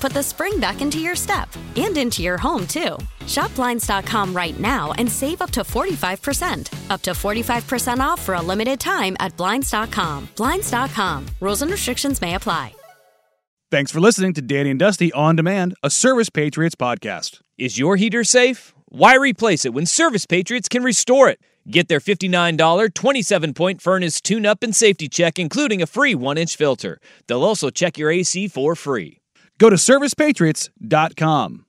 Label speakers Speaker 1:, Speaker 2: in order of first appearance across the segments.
Speaker 1: put the spring back into your step and into your home, too. Shop Blinds.com right now and save up to 45%. Up to 45% off for a limited time at Blinds.com. Blinds.com. Rules and restrictions may apply.
Speaker 2: Thanks for listening to Danny and Dusty On Demand, a Service Patriots podcast.
Speaker 3: Is your heater safe? Why replace it when Service Patriots can restore it? Get their $59 27 point furnace tune up and safety check, including a free 1 inch filter. They'll also check your AC for free.
Speaker 2: Go to servicepatriots.com.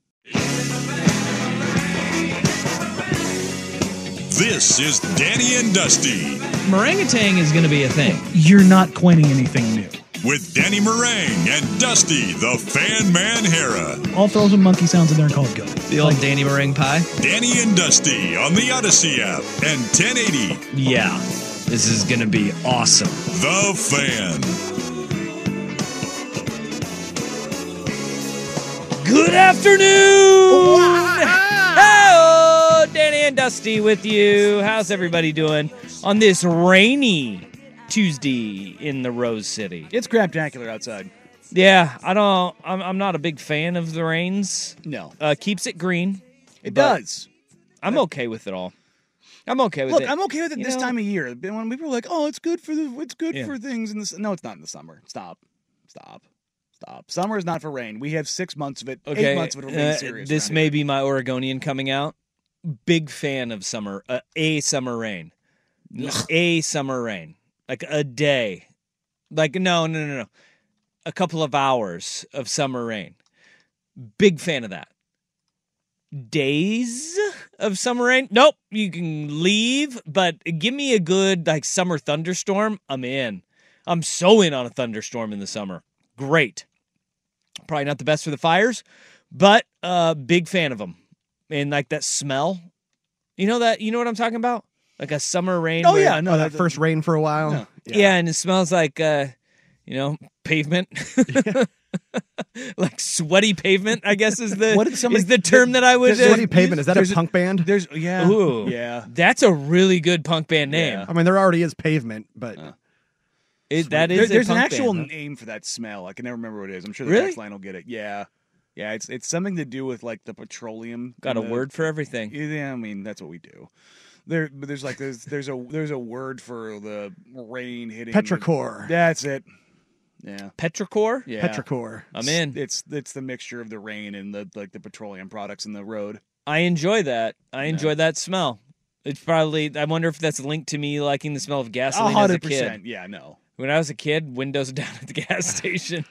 Speaker 4: This is Danny and Dusty
Speaker 5: Orangutan is going to be a thing.
Speaker 6: You're not coining anything new.
Speaker 4: with Danny Meringue and Dusty the Fan Man Hera.
Speaker 6: All throws and monkey sounds in there and call it good.
Speaker 5: The old Danny Meringue pie.
Speaker 4: Danny and Dusty on the Odyssey app and 1080
Speaker 5: Yeah, this is going to be awesome.
Speaker 4: The Fan.
Speaker 3: Good afternoon! Hello, Danny and Dusty with you. How's everybody doing on this rainy Tuesday in the Rose City?
Speaker 2: It's craptacular outside.
Speaker 3: Yeah, I don't. I'm, I'm not a big fan of the rains.
Speaker 2: No.
Speaker 3: Uh, keeps it green.
Speaker 2: It
Speaker 3: But-
Speaker 2: does. Uh,
Speaker 3: I'm okay with it all. I'm okay with
Speaker 2: Look,
Speaker 3: it.
Speaker 2: I'm okay with it
Speaker 3: You
Speaker 2: this
Speaker 3: know-
Speaker 2: time of year. But When people are like, "Oh, it's good for the, it's good
Speaker 3: Yeah.
Speaker 2: for things," in this, no, it's not in the summer. Stop, stop, stop. Summer is not for rain. We have six months of it,
Speaker 3: Okay,
Speaker 2: eight months of it. We're
Speaker 3: uh,
Speaker 2: being serious.
Speaker 3: this
Speaker 2: around
Speaker 3: may
Speaker 2: here.
Speaker 3: be my Oregonian coming out. Big fan of summer. Uh, a summer rain. N- A summer rain. Like a day. Like no, no, no, no. A couple of hours of summer rain. Big fan of that. Days of summer rain? Nope. You can leave, but give me a good like summer thunderstorm. I'm in. I'm so in on a thunderstorm in the summer. Great. Probably not the best for the fires, but uh big fan of them and like that smell you know that you know what i'm talking about like a summer rain
Speaker 2: Oh
Speaker 3: where-
Speaker 2: yeah, no,
Speaker 7: that first rain for a while.
Speaker 2: No.
Speaker 3: yeah. and it smells like uh you know pavement like sweaty pavement i guess is the
Speaker 2: What did somebody-
Speaker 3: is the term that i would uh,
Speaker 7: Is Sweaty Pavement, is that
Speaker 2: There's
Speaker 7: a
Speaker 2: a-
Speaker 7: punk band?
Speaker 2: There's yeah,
Speaker 3: Ooh.
Speaker 2: yeah.
Speaker 3: that's a really good punk band name
Speaker 7: I mean, there already is pavement, but
Speaker 2: Uh,
Speaker 3: It- that is
Speaker 2: There-
Speaker 3: a
Speaker 2: there's an
Speaker 3: punk
Speaker 2: actual
Speaker 3: band, huh?
Speaker 2: name for that smell. I can never remember what it is. I'm sure the
Speaker 3: Really?
Speaker 2: text line will get it. Yeah, yeah. It's it's something to do with like the petroleum.
Speaker 3: got a
Speaker 2: and the-
Speaker 3: word for everything
Speaker 2: Yeah, I mean that's what we do. There, but there's like there's there's a there's a word for the rain hitting the-
Speaker 7: petrichor.
Speaker 2: That's it. Yeah,
Speaker 3: petrichor
Speaker 2: yeah.
Speaker 7: Petrichor.
Speaker 3: i'm in
Speaker 2: It's it's the mixture of the rain and the like the petroleum products in the road.
Speaker 3: I enjoy that. I enjoy that smell. It's probably. I wonder if that's linked to me liking the smell of
Speaker 2: A
Speaker 3: gasoline as a
Speaker 2: hundred
Speaker 3: kid.
Speaker 2: percent. Yeah, no.
Speaker 3: When I was a kid, windows down at the gas station.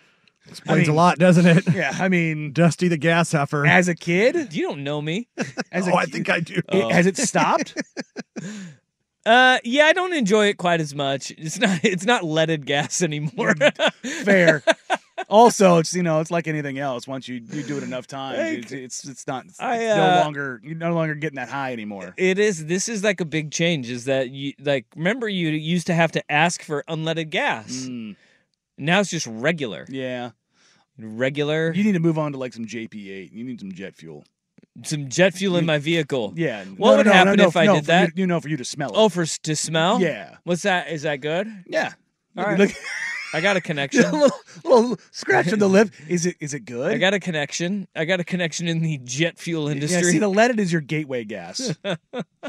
Speaker 7: Explains
Speaker 2: mean-
Speaker 7: a lot, doesn't it?
Speaker 2: Yeah, I mean,
Speaker 7: Dusty the gas heifer.
Speaker 2: as a kid,
Speaker 3: You don't know me.
Speaker 2: as a
Speaker 7: oh, I
Speaker 2: kid-
Speaker 7: think I do.
Speaker 2: it- has it stopped?
Speaker 3: Uh, yeah, I don't enjoy it quite as much. It's not. It's not leaded gas anymore.
Speaker 2: Fair. Also, it's you know it's like anything else. Once you, you do it enough times, it's, it's it's not it's
Speaker 3: I,
Speaker 2: no
Speaker 3: uh,
Speaker 2: longer you're no longer getting that high anymore.
Speaker 3: it is. This is like a big change. Is that you like? Remember, you used to have to ask for unleaded gas.
Speaker 2: Mm,
Speaker 3: Now it's just regular.
Speaker 2: yeah,
Speaker 3: Regular.
Speaker 2: you need to move on to like some JP8. You need some jet fuel.
Speaker 3: some jet fuel in my vehicle.
Speaker 2: Yeah.
Speaker 3: What would happen if I
Speaker 2: no,
Speaker 3: did
Speaker 2: for you-
Speaker 3: that?
Speaker 2: You, know, for you to smell it.
Speaker 3: Oh, for s- to smell.
Speaker 2: yeah,
Speaker 3: What's that? Is that good?
Speaker 2: yeah.
Speaker 3: All right.
Speaker 2: Look-
Speaker 3: I got a connection.
Speaker 2: a little, little scratch on the lip. Is it is it good?
Speaker 3: I got a connection. I got a connection in the jet fuel
Speaker 2: Yeah,
Speaker 3: industry.
Speaker 2: see, the leaded is your gateway gas.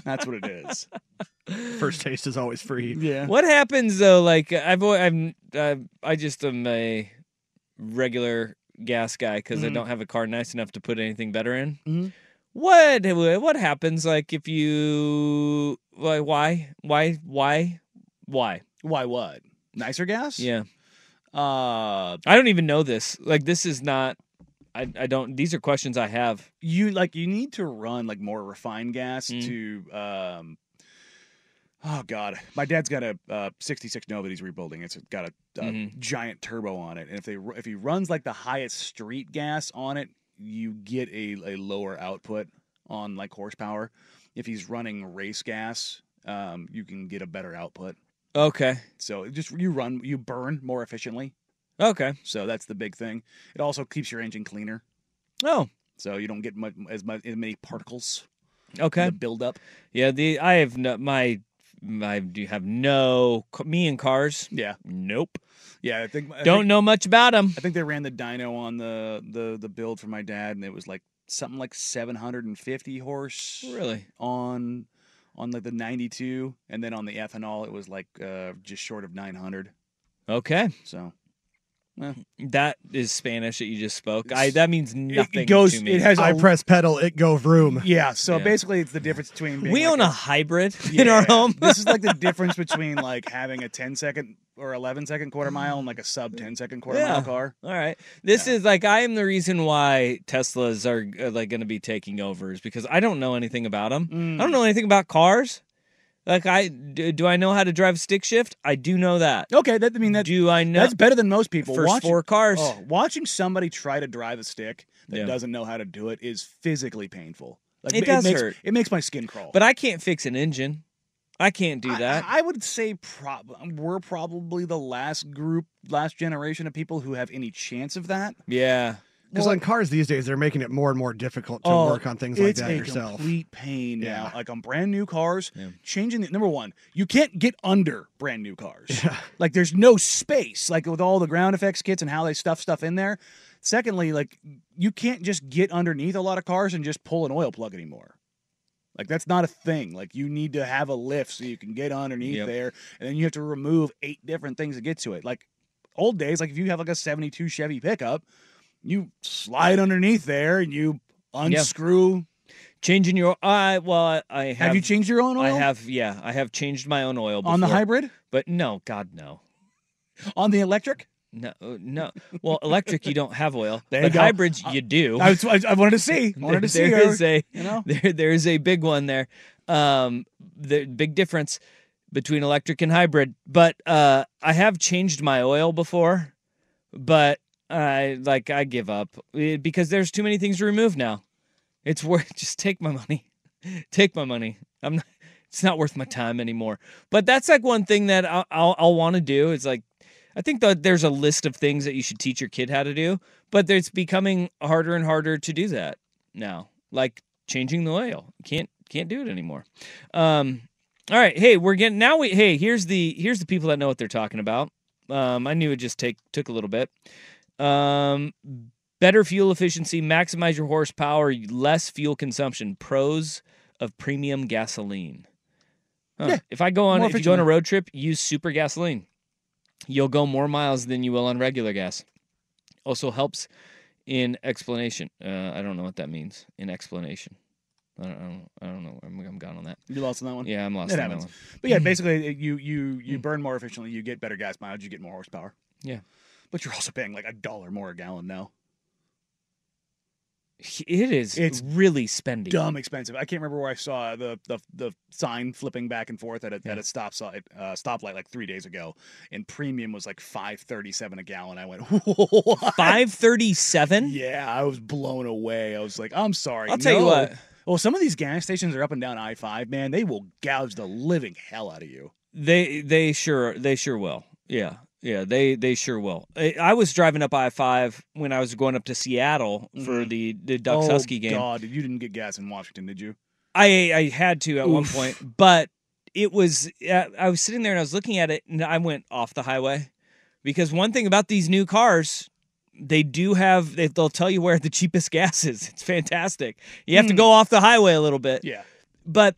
Speaker 2: That's what it is.
Speaker 7: First taste is always free.
Speaker 2: Yeah.
Speaker 3: what happens though? Like I've, al- I'm, uh, I just am a regular gas guy because I don't have a car nice enough to put anything better in.
Speaker 2: Mhm.
Speaker 3: What what happens? Like if you why why why why why?
Speaker 2: Why what? Nicer gas?
Speaker 3: Yeah,
Speaker 2: Uh,
Speaker 3: I don't even know this. Like this is not. I I don't. These are questions I have.
Speaker 2: you like you need to run like more refined gas
Speaker 3: Mm.
Speaker 2: to um oh god my dad's got a uh, 66 nova that he's rebuilding it's got a, a
Speaker 3: Mhm.
Speaker 2: giant turbo on it and if they ru- if he runs like the highest street gas on it you get a, a lower output on like horsepower if he's running race gas um, you can get a better output
Speaker 3: Okay.
Speaker 2: so it just you run you burn more efficiently
Speaker 3: Okay.
Speaker 2: so that's the big thing it also keeps your engine cleaner
Speaker 3: Oh.
Speaker 2: so you don't get much as much as many particles
Speaker 3: Okay.
Speaker 2: the buildup.
Speaker 3: Yeah, the I have no my my do you have no me and cars?
Speaker 2: Yeah,
Speaker 3: Nope.
Speaker 2: yeah. I think I
Speaker 3: Don't
Speaker 2: think-
Speaker 3: know much about them.
Speaker 2: I think they ran the dyno on the the the build for my dad, and it was like something like 750 horse
Speaker 3: Really?
Speaker 2: on on like the 92, and then on the ethanol it was like uh, just short of 900.
Speaker 3: Okay.
Speaker 2: So
Speaker 3: That is Spanish that you just spoke. I that means nothing to me.
Speaker 2: has.
Speaker 7: I press pedal, it go vroom.
Speaker 2: yeah. So
Speaker 3: Yeah.
Speaker 2: basically, it's the difference between being
Speaker 3: we
Speaker 2: like
Speaker 3: own a,
Speaker 2: a-
Speaker 3: hybrid in our
Speaker 2: Yeah.
Speaker 3: home.
Speaker 2: this is like the difference between like having a 10 second or 11 second quarter mile and like a sub 10 second quarter
Speaker 3: Yeah.
Speaker 2: mile car.
Speaker 3: All right. This is like I am the reason why Teslas are uh, like going to be taking over is because I don't know anything about them.
Speaker 2: Mm.
Speaker 3: I don't know anything about cars. Like I do, do I know how to drive stick shift? I do know that.
Speaker 2: Okay, that I mean that
Speaker 3: do I know
Speaker 2: That's better than most people.
Speaker 3: first
Speaker 2: Watching-
Speaker 3: four cars?
Speaker 2: Oh, watching somebody try to drive a stick that
Speaker 3: Yeah.
Speaker 2: doesn't know how to do it is physically painful. Like,
Speaker 3: It does
Speaker 2: makes,
Speaker 3: hurt.
Speaker 2: It makes my skin crawl.
Speaker 3: But I can't fix an engine. I can't do that.
Speaker 2: I, I would say prob- we're probably the last group, last generation of people who have any chance of that.
Speaker 3: yeah.
Speaker 7: Because on cars these days, they're making it more and more difficult to
Speaker 2: Oh,
Speaker 7: work on things like
Speaker 2: it's
Speaker 7: that
Speaker 2: a
Speaker 7: yourself.
Speaker 2: complete pain now.
Speaker 7: Yeah.
Speaker 2: Like on brand new cars,
Speaker 3: Yeah.
Speaker 2: changing the number one, you can't get under brand new cars. Like there's no space. Like with all the ground effects kits and how they stuff stuff in there. Secondly, like you can't just get underneath a lot of cars and just pull an oil plug anymore. Like that's not a thing. Like you need to have a lift so you can get underneath
Speaker 3: Yep.
Speaker 2: there, and then you have to remove eight different things to get to it. Like old days, like if you have like a '72 Chevy pickup, you slide underneath there and you unscrew.
Speaker 3: Changing your I well I have,
Speaker 2: Have, you changed your own oil?
Speaker 3: I have yeah, I have changed my own oil before,
Speaker 2: on the hybrid,
Speaker 3: But no, god no.
Speaker 2: on the electric.
Speaker 3: No, uh, no. Well, electric you don't have oil.
Speaker 2: There you
Speaker 3: but
Speaker 2: go. Uh,
Speaker 3: hybrids you do.
Speaker 2: I, was, I, I wanted to see. I wanted to see.
Speaker 3: There
Speaker 2: her,
Speaker 3: is a
Speaker 2: you know.
Speaker 3: there there is a big one there. Um the big difference between electric and hybrid, but uh I have changed my oil before, but I like I give up eh, because there's too many things to remove now. It's worth just take my money. Take my money. I'm not it's not worth my time anymore. But that's like one thing that I'll I'll, I'll want to do is like I think that there's a list of things that you should teach your kid how to do, but it's becoming harder and harder to do that now. Like changing the oil. Can't can't do it anymore. Um all right, hey, we're getting now we hey, here's the here's the people that know what they're talking about. Um I knew it just take took a little bit. Um better fuel efficiency, maximize your horsepower, less fuel consumption. Pros of premium gasoline. Huh.
Speaker 2: Yeah.
Speaker 3: If I go on
Speaker 2: More
Speaker 3: if you go on a
Speaker 2: efficient.
Speaker 3: road trip, use super gasoline. You'll go more miles than you will on regular gas. Also helps in explanation. Uh, I don't know what that means. In explanation, I don't. I don't, I don't know. I'm, I'm gone on that.
Speaker 2: You lost on that one.
Speaker 3: Yeah, I'm lost.
Speaker 2: It
Speaker 3: on that
Speaker 2: happens.
Speaker 3: one.
Speaker 2: But yeah, basically, it- you you you burn more efficiently, you get better gas mileage, you get more horsepower.
Speaker 3: Yeah.
Speaker 2: but you're also paying like a dollar more a gallon now.
Speaker 3: It is.
Speaker 2: It's
Speaker 3: It's really spendy.
Speaker 2: Dumb expensive. I can't remember where I saw the the, the sign flipping back and forth at a, at a stop sign uh, stoplight like three days ago, and premium was like five thirty seven a gallon. I went what?
Speaker 3: Five thirty-seven.
Speaker 2: Yeah, I was blown away. I was like, I'm sorry.
Speaker 3: I'll tell you
Speaker 2: no.
Speaker 3: what.
Speaker 2: Well, some of these gas stations are up and down I five. Man, they will gouge the living hell out of you.
Speaker 3: They they sure they sure will. Yeah. Yeah, they they sure will. I, I was driving up I-5 when I was going up to Seattle for the the Ducks
Speaker 2: oh,
Speaker 3: Husky game.
Speaker 2: God, you didn't get gas in Washington, did you?
Speaker 3: I I had to at one
Speaker 2: Oof.
Speaker 3: point, but it was uh, I was sitting there and I was looking at it and I went off the highway Because one thing about these new cars, they do have they, they'll tell you where the cheapest gas is. It's fantastic. You have to go off the highway a little bit.
Speaker 2: Hmm. Yeah.
Speaker 3: But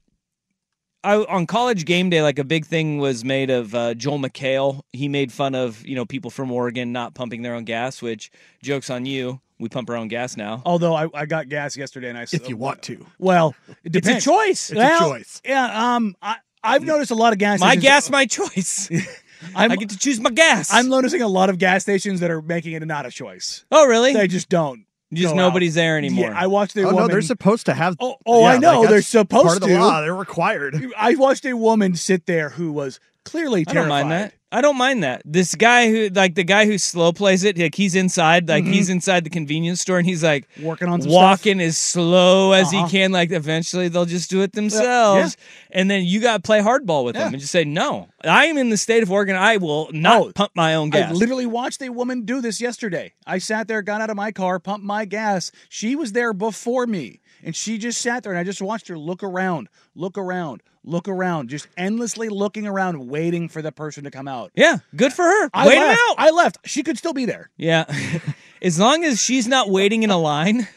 Speaker 3: I, on college game day, like a big thing was made of uh, Joel McHale. He made fun of you know people from Oregon not pumping their own gas. Which jokes on you. We pump our own gas now.
Speaker 2: Although I, I got gas yesterday and I
Speaker 7: If you want to.
Speaker 2: Well, it
Speaker 3: It's a
Speaker 2: depends.
Speaker 3: choice.
Speaker 7: It's
Speaker 2: Well,
Speaker 7: a choice.
Speaker 2: Yeah. Um. I I've noticed a lot of gas.
Speaker 3: my
Speaker 2: stations-
Speaker 3: gas, my choice.
Speaker 2: I'm,
Speaker 3: I get to choose my gas.
Speaker 2: I'm noticing a lot of gas stations that are making it not a choice.
Speaker 3: oh, really?
Speaker 2: They just don't.
Speaker 3: Just
Speaker 2: go out.
Speaker 3: nobody's there anymore.
Speaker 2: Yeah, I watched a
Speaker 7: Oh
Speaker 2: woman.
Speaker 7: no, they're supposed to have.
Speaker 2: Oh, oh, I know,
Speaker 7: that's
Speaker 2: they're supposed
Speaker 7: part of the
Speaker 2: to.
Speaker 7: Law. They're required.
Speaker 2: I watched a woman sit there who was clearly
Speaker 3: I
Speaker 2: terrified.
Speaker 3: don't mind that. I don't mind that. This guy who, like the guy who slow plays it, like he's inside, like he's inside the convenience store, and he's like
Speaker 2: Mm-hmm. Working on some
Speaker 3: walking as slow as
Speaker 2: Uh-huh.
Speaker 3: he can. Like eventually they'll just do it themselves, and then you got to play hardball with
Speaker 2: Yeah.
Speaker 3: them and just say no. I am in the state of Oregon. I will not
Speaker 2: Oh,
Speaker 3: pump my own
Speaker 2: I
Speaker 3: gas.
Speaker 2: literally watched a woman do this yesterday. I sat there, got out of my car, pumped my gas. She was there before me, and she just sat there, and I just watched her look around, look around, look around, just endlessly looking around, waiting for the person to come out.
Speaker 3: yeah, good for her.
Speaker 2: I
Speaker 3: Wait 'em
Speaker 2: left.
Speaker 3: out.
Speaker 2: I left. She could still be there.
Speaker 3: yeah, as long as she's not waiting in a line.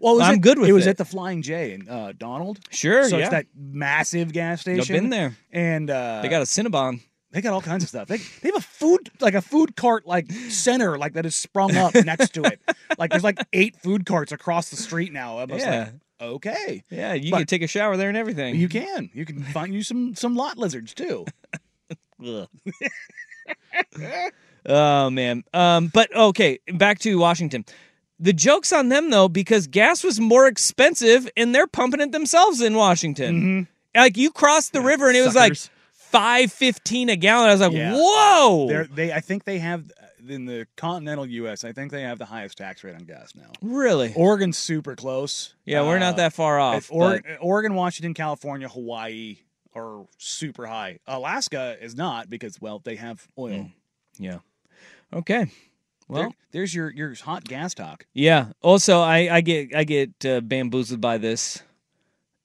Speaker 2: Well, it was
Speaker 3: I'm
Speaker 2: at-
Speaker 3: good with
Speaker 2: it. was
Speaker 3: it.
Speaker 2: at the Flying J in uh, Donald.
Speaker 3: Sure,
Speaker 2: So
Speaker 3: yeah.
Speaker 2: it's that massive gas station.
Speaker 3: been there.
Speaker 2: And uh,
Speaker 3: they got a Cinnabon.
Speaker 2: They got all kinds of stuff. They, they have a food like a food cart like center like that is sprung up next to it. Like there's like eight food carts across the street now. I was
Speaker 3: Yeah.
Speaker 2: like, okay,
Speaker 3: Yeah, you
Speaker 2: But-
Speaker 3: can take a shower there and everything.
Speaker 2: you can you can find you some some lot lizards too.
Speaker 3: Ugh. oh man. Um, but okay, back to Washington. The joke's on them though, because gas was more expensive and they're pumping it themselves in Washington.
Speaker 2: Mm-hmm.
Speaker 3: Like you crossed the river and it was like
Speaker 7: suckers.
Speaker 3: five fifteen a gallon. I was like,
Speaker 2: Yeah.
Speaker 3: whoa.
Speaker 2: They're, they I think they have uh, in the continental U.S. I think they have the highest tax rate on gas now.
Speaker 3: really?
Speaker 2: Oregon's super close.
Speaker 3: yeah, we're not
Speaker 2: Uh,
Speaker 3: that far off.
Speaker 2: if Or-
Speaker 3: but-
Speaker 2: Oregon, Washington, California, Hawaii are super high. Alaska is not because well they have oil.
Speaker 3: yeah. Okay.
Speaker 2: There-
Speaker 3: Hmm. Well,
Speaker 2: there's your your hot gas talk.
Speaker 3: Yeah. Also, I I get I get uh, bamboozled by this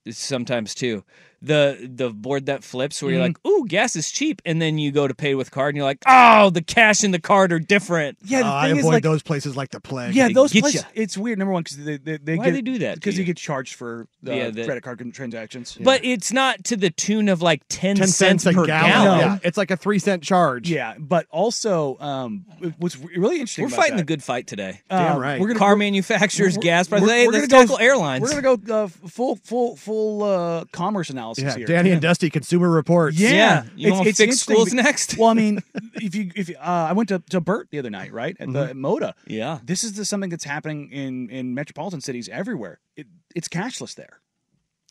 Speaker 3: sometimes too. The the board that flips where you're
Speaker 2: Mm-hmm.
Speaker 3: like, "Ooh, gas is cheap," and then you go to pay with card, and you're like, "Oh, the cash and the card are different."
Speaker 2: Yeah,
Speaker 7: Uh, I avoid those places like the plague.
Speaker 2: yeah,
Speaker 3: They
Speaker 2: those
Speaker 3: get
Speaker 2: places.
Speaker 3: ya.
Speaker 2: It's weird. Number one, because they they, they
Speaker 3: Why
Speaker 2: get,
Speaker 3: they do that to
Speaker 2: because you
Speaker 3: you?
Speaker 2: get charged for uh,
Speaker 3: Yeah, the-
Speaker 2: credit card con- transactions.
Speaker 3: But it's not to the tune of like ten,
Speaker 7: ten cents, a
Speaker 3: per
Speaker 7: gallon.
Speaker 2: gallon.
Speaker 7: Yeah, it's like a three cent charge.
Speaker 2: yeah, but also um, what's really interesting.
Speaker 3: We're
Speaker 2: about
Speaker 3: fighting
Speaker 2: that,
Speaker 3: the good fight today.
Speaker 7: Damn
Speaker 2: um,
Speaker 7: right.
Speaker 2: We're gonna
Speaker 3: Car
Speaker 2: we're-
Speaker 3: manufacturers,
Speaker 2: we're-
Speaker 3: gas prices.
Speaker 2: we're-
Speaker 3: Hey,
Speaker 2: we're
Speaker 3: let's
Speaker 2: gonna go-
Speaker 3: tackle airlines.
Speaker 2: We're gonna go uh, full full full uh, commerce analysis
Speaker 7: Yeah,
Speaker 2: here.
Speaker 7: Danny and Dusty Consumer Reports.
Speaker 2: Yeah,
Speaker 3: Yeah. You
Speaker 2: It's-
Speaker 3: wanna
Speaker 2: it's
Speaker 3: fix
Speaker 2: interesting
Speaker 3: schools
Speaker 2: be-
Speaker 3: next?
Speaker 2: well, I mean, if you if you- uh, I went to, to Bert the other night, right at the at Moda.
Speaker 3: Mm-hmm. Yeah.
Speaker 2: this is the, something that's happening in in metropolitan cities everywhere. It, it's cashless there.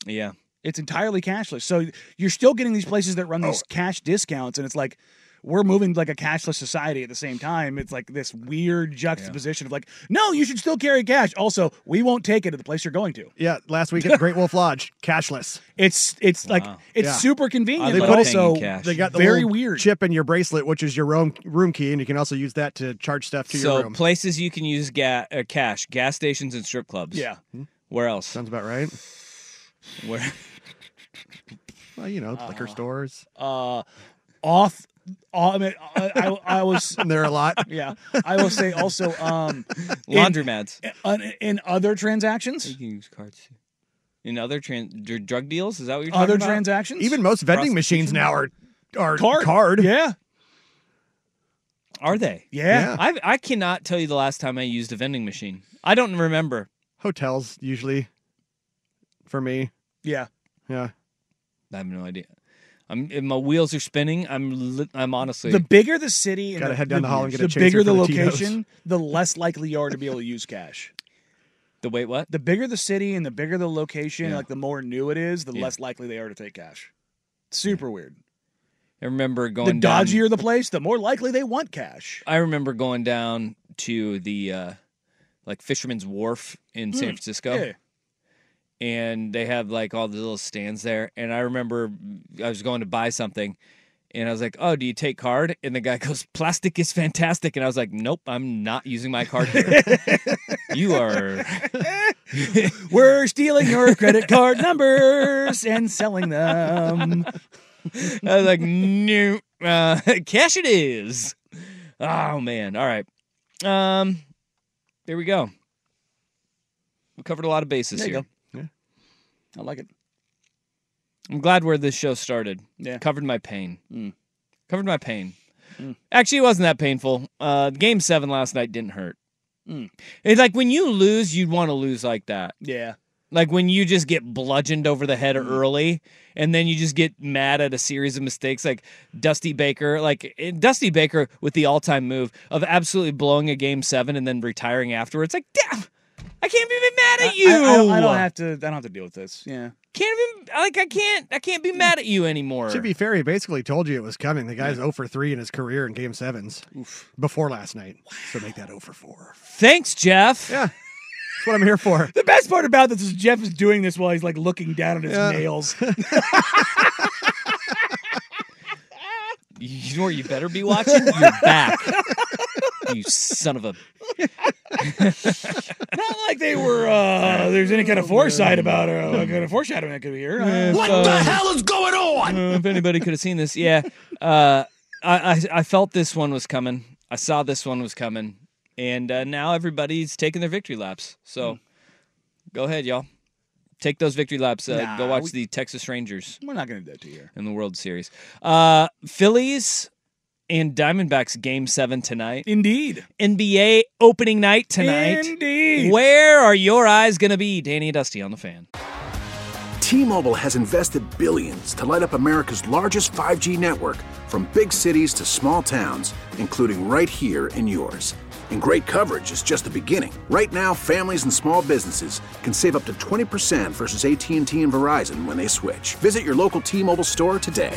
Speaker 3: yeah.
Speaker 2: It's entirely cashless. So you're still getting these places that
Speaker 3: Oh.
Speaker 2: run these cash discounts, and it's like we're moving to, like a cashless society at the same time. It's like this weird juxtaposition of like, no, you should still carry cash. Also, we won't take it to the place you're going to.
Speaker 7: Yeah, last week at the Great Wolf Lodge, cashless.
Speaker 2: It's it's like it's
Speaker 7: Yeah.
Speaker 2: super convenient,
Speaker 3: I
Speaker 2: but
Speaker 3: love paying in
Speaker 2: also
Speaker 3: cash.
Speaker 7: They got the
Speaker 2: very
Speaker 7: little
Speaker 2: weird.
Speaker 7: chip in your bracelet, which is your room room key, and you can also use that to charge stuff to your
Speaker 3: So
Speaker 7: room.
Speaker 3: places you can use ga- uh, cash: gas stations and strip clubs.
Speaker 2: Yeah,
Speaker 3: Where else?
Speaker 7: Sounds about right.
Speaker 3: Where?
Speaker 7: Well, you know, liquor stores.
Speaker 2: uh, off. off I, mean, I, I, I was
Speaker 7: There are a lot.
Speaker 2: yeah. I will say also um, in-
Speaker 3: Laundromats.
Speaker 2: in, in other transactions,
Speaker 3: You can use cards too. In other trans- dr- drug deals, is that what you're talking
Speaker 2: other
Speaker 3: about?
Speaker 2: transactions,
Speaker 7: Even most vending machines now are are
Speaker 2: card, yeah,
Speaker 3: Are they?
Speaker 2: yeah.
Speaker 3: I I cannot tell you the last time I used a vending machine. I don't remember.
Speaker 7: Hotels usually. For me,
Speaker 2: yeah.
Speaker 7: yeah.
Speaker 3: I have no idea. I'm if my wheels are spinning. I'm li- I'm honestly
Speaker 2: The bigger the city, and
Speaker 7: Gotta
Speaker 2: the,
Speaker 7: head down
Speaker 2: the,
Speaker 7: the hall and get
Speaker 2: the
Speaker 7: a chaser
Speaker 2: bigger the
Speaker 7: for the Tito's.
Speaker 2: location, the less likely you are to be able to use cash.
Speaker 3: the wait what?
Speaker 2: The bigger the city and the bigger the location,
Speaker 3: Yeah.
Speaker 2: like the more new it is, the
Speaker 3: Yeah.
Speaker 2: less likely they are to take cash. Super weird.
Speaker 3: I remember going
Speaker 2: The
Speaker 3: down-
Speaker 2: dodgier the place, the more likely they want cash.
Speaker 3: I remember going down to the uh, like Fisherman's Wharf in San Francisco.
Speaker 2: Hmm. Yeah.
Speaker 3: and they have like all the little stands there. And I remember I was going to buy something and I was like, Oh, do you take card? And the guy goes, Plastic is fantastic. And I was like, Nope, I'm not using my card here. you are
Speaker 2: We're stealing your credit card numbers and selling them.
Speaker 3: I was like, No, uh, cash it is. Oh man. All right. Um there we go. We covered a lot of bases
Speaker 2: There you
Speaker 3: here.
Speaker 2: I like it.
Speaker 3: I'm glad where this show started.
Speaker 2: Yeah.
Speaker 3: Covered my pain.
Speaker 2: Mm.
Speaker 3: Covered my pain. Actually, it wasn't that painful. Uh, game seven last night didn't hurt.
Speaker 2: Mm.
Speaker 3: It's like when you lose, you'd want to lose like that.
Speaker 2: Yeah.
Speaker 3: Like when you just get bludgeoned over the head
Speaker 2: Mm-hmm.
Speaker 3: early, and then you just get mad at a series of mistakes, like Dusty Baker, like eh, Dusty Baker with the all-time move of absolutely blowing a game seven and then retiring afterwards. Like, damn, I can't be mad at you.
Speaker 2: I, I don't, I don't have to. I don't have to deal with this. Yeah.
Speaker 3: Can't even like I can't. I can't be mad at you anymore.
Speaker 7: To be fair, he basically told you it was coming. The guy's 0 for 3 in his career in game sevens before last night. So make that 0 for 4.
Speaker 3: Thanks, Jeff.
Speaker 7: Yeah. That's what I'm here for.
Speaker 2: The best part about this is Jeff is doing this while he's like looking down at his
Speaker 7: Yeah.
Speaker 2: nails.
Speaker 3: You know where you better be watching? Your back. you son of a.
Speaker 2: Not like they were. uh There's any kind of
Speaker 3: Oh,
Speaker 2: foresight about uh, like a foreshadowing that could be here. Uh,
Speaker 3: What the hell is going on? if anybody could have seen this, yeah. Uh, I, I I felt this one was coming. I saw this one was coming, and uh, now everybody's taking their victory laps. So,
Speaker 2: Hmm.
Speaker 3: go ahead, y'all. Take those victory laps. Uh, go
Speaker 2: Nah,
Speaker 3: watch
Speaker 2: we-
Speaker 3: the Texas Rangers
Speaker 2: We're not gonna do that to you.
Speaker 3: in the World Series. Uh, Phillies and Diamondbacks game seven tonight.
Speaker 2: Indeed.
Speaker 3: NBA opening night tonight.
Speaker 2: Indeed.
Speaker 3: Where are your eyes going to be, Danny and Dusty on the fan?
Speaker 8: T-Mobile has invested billions to light up America's largest 5G network from big cities to small towns, including right here in yours. And great coverage is just the beginning. Right now, families and small businesses can save up to 20% versus AT&T and Verizon when they switch. Visit your local T-Mobile store today.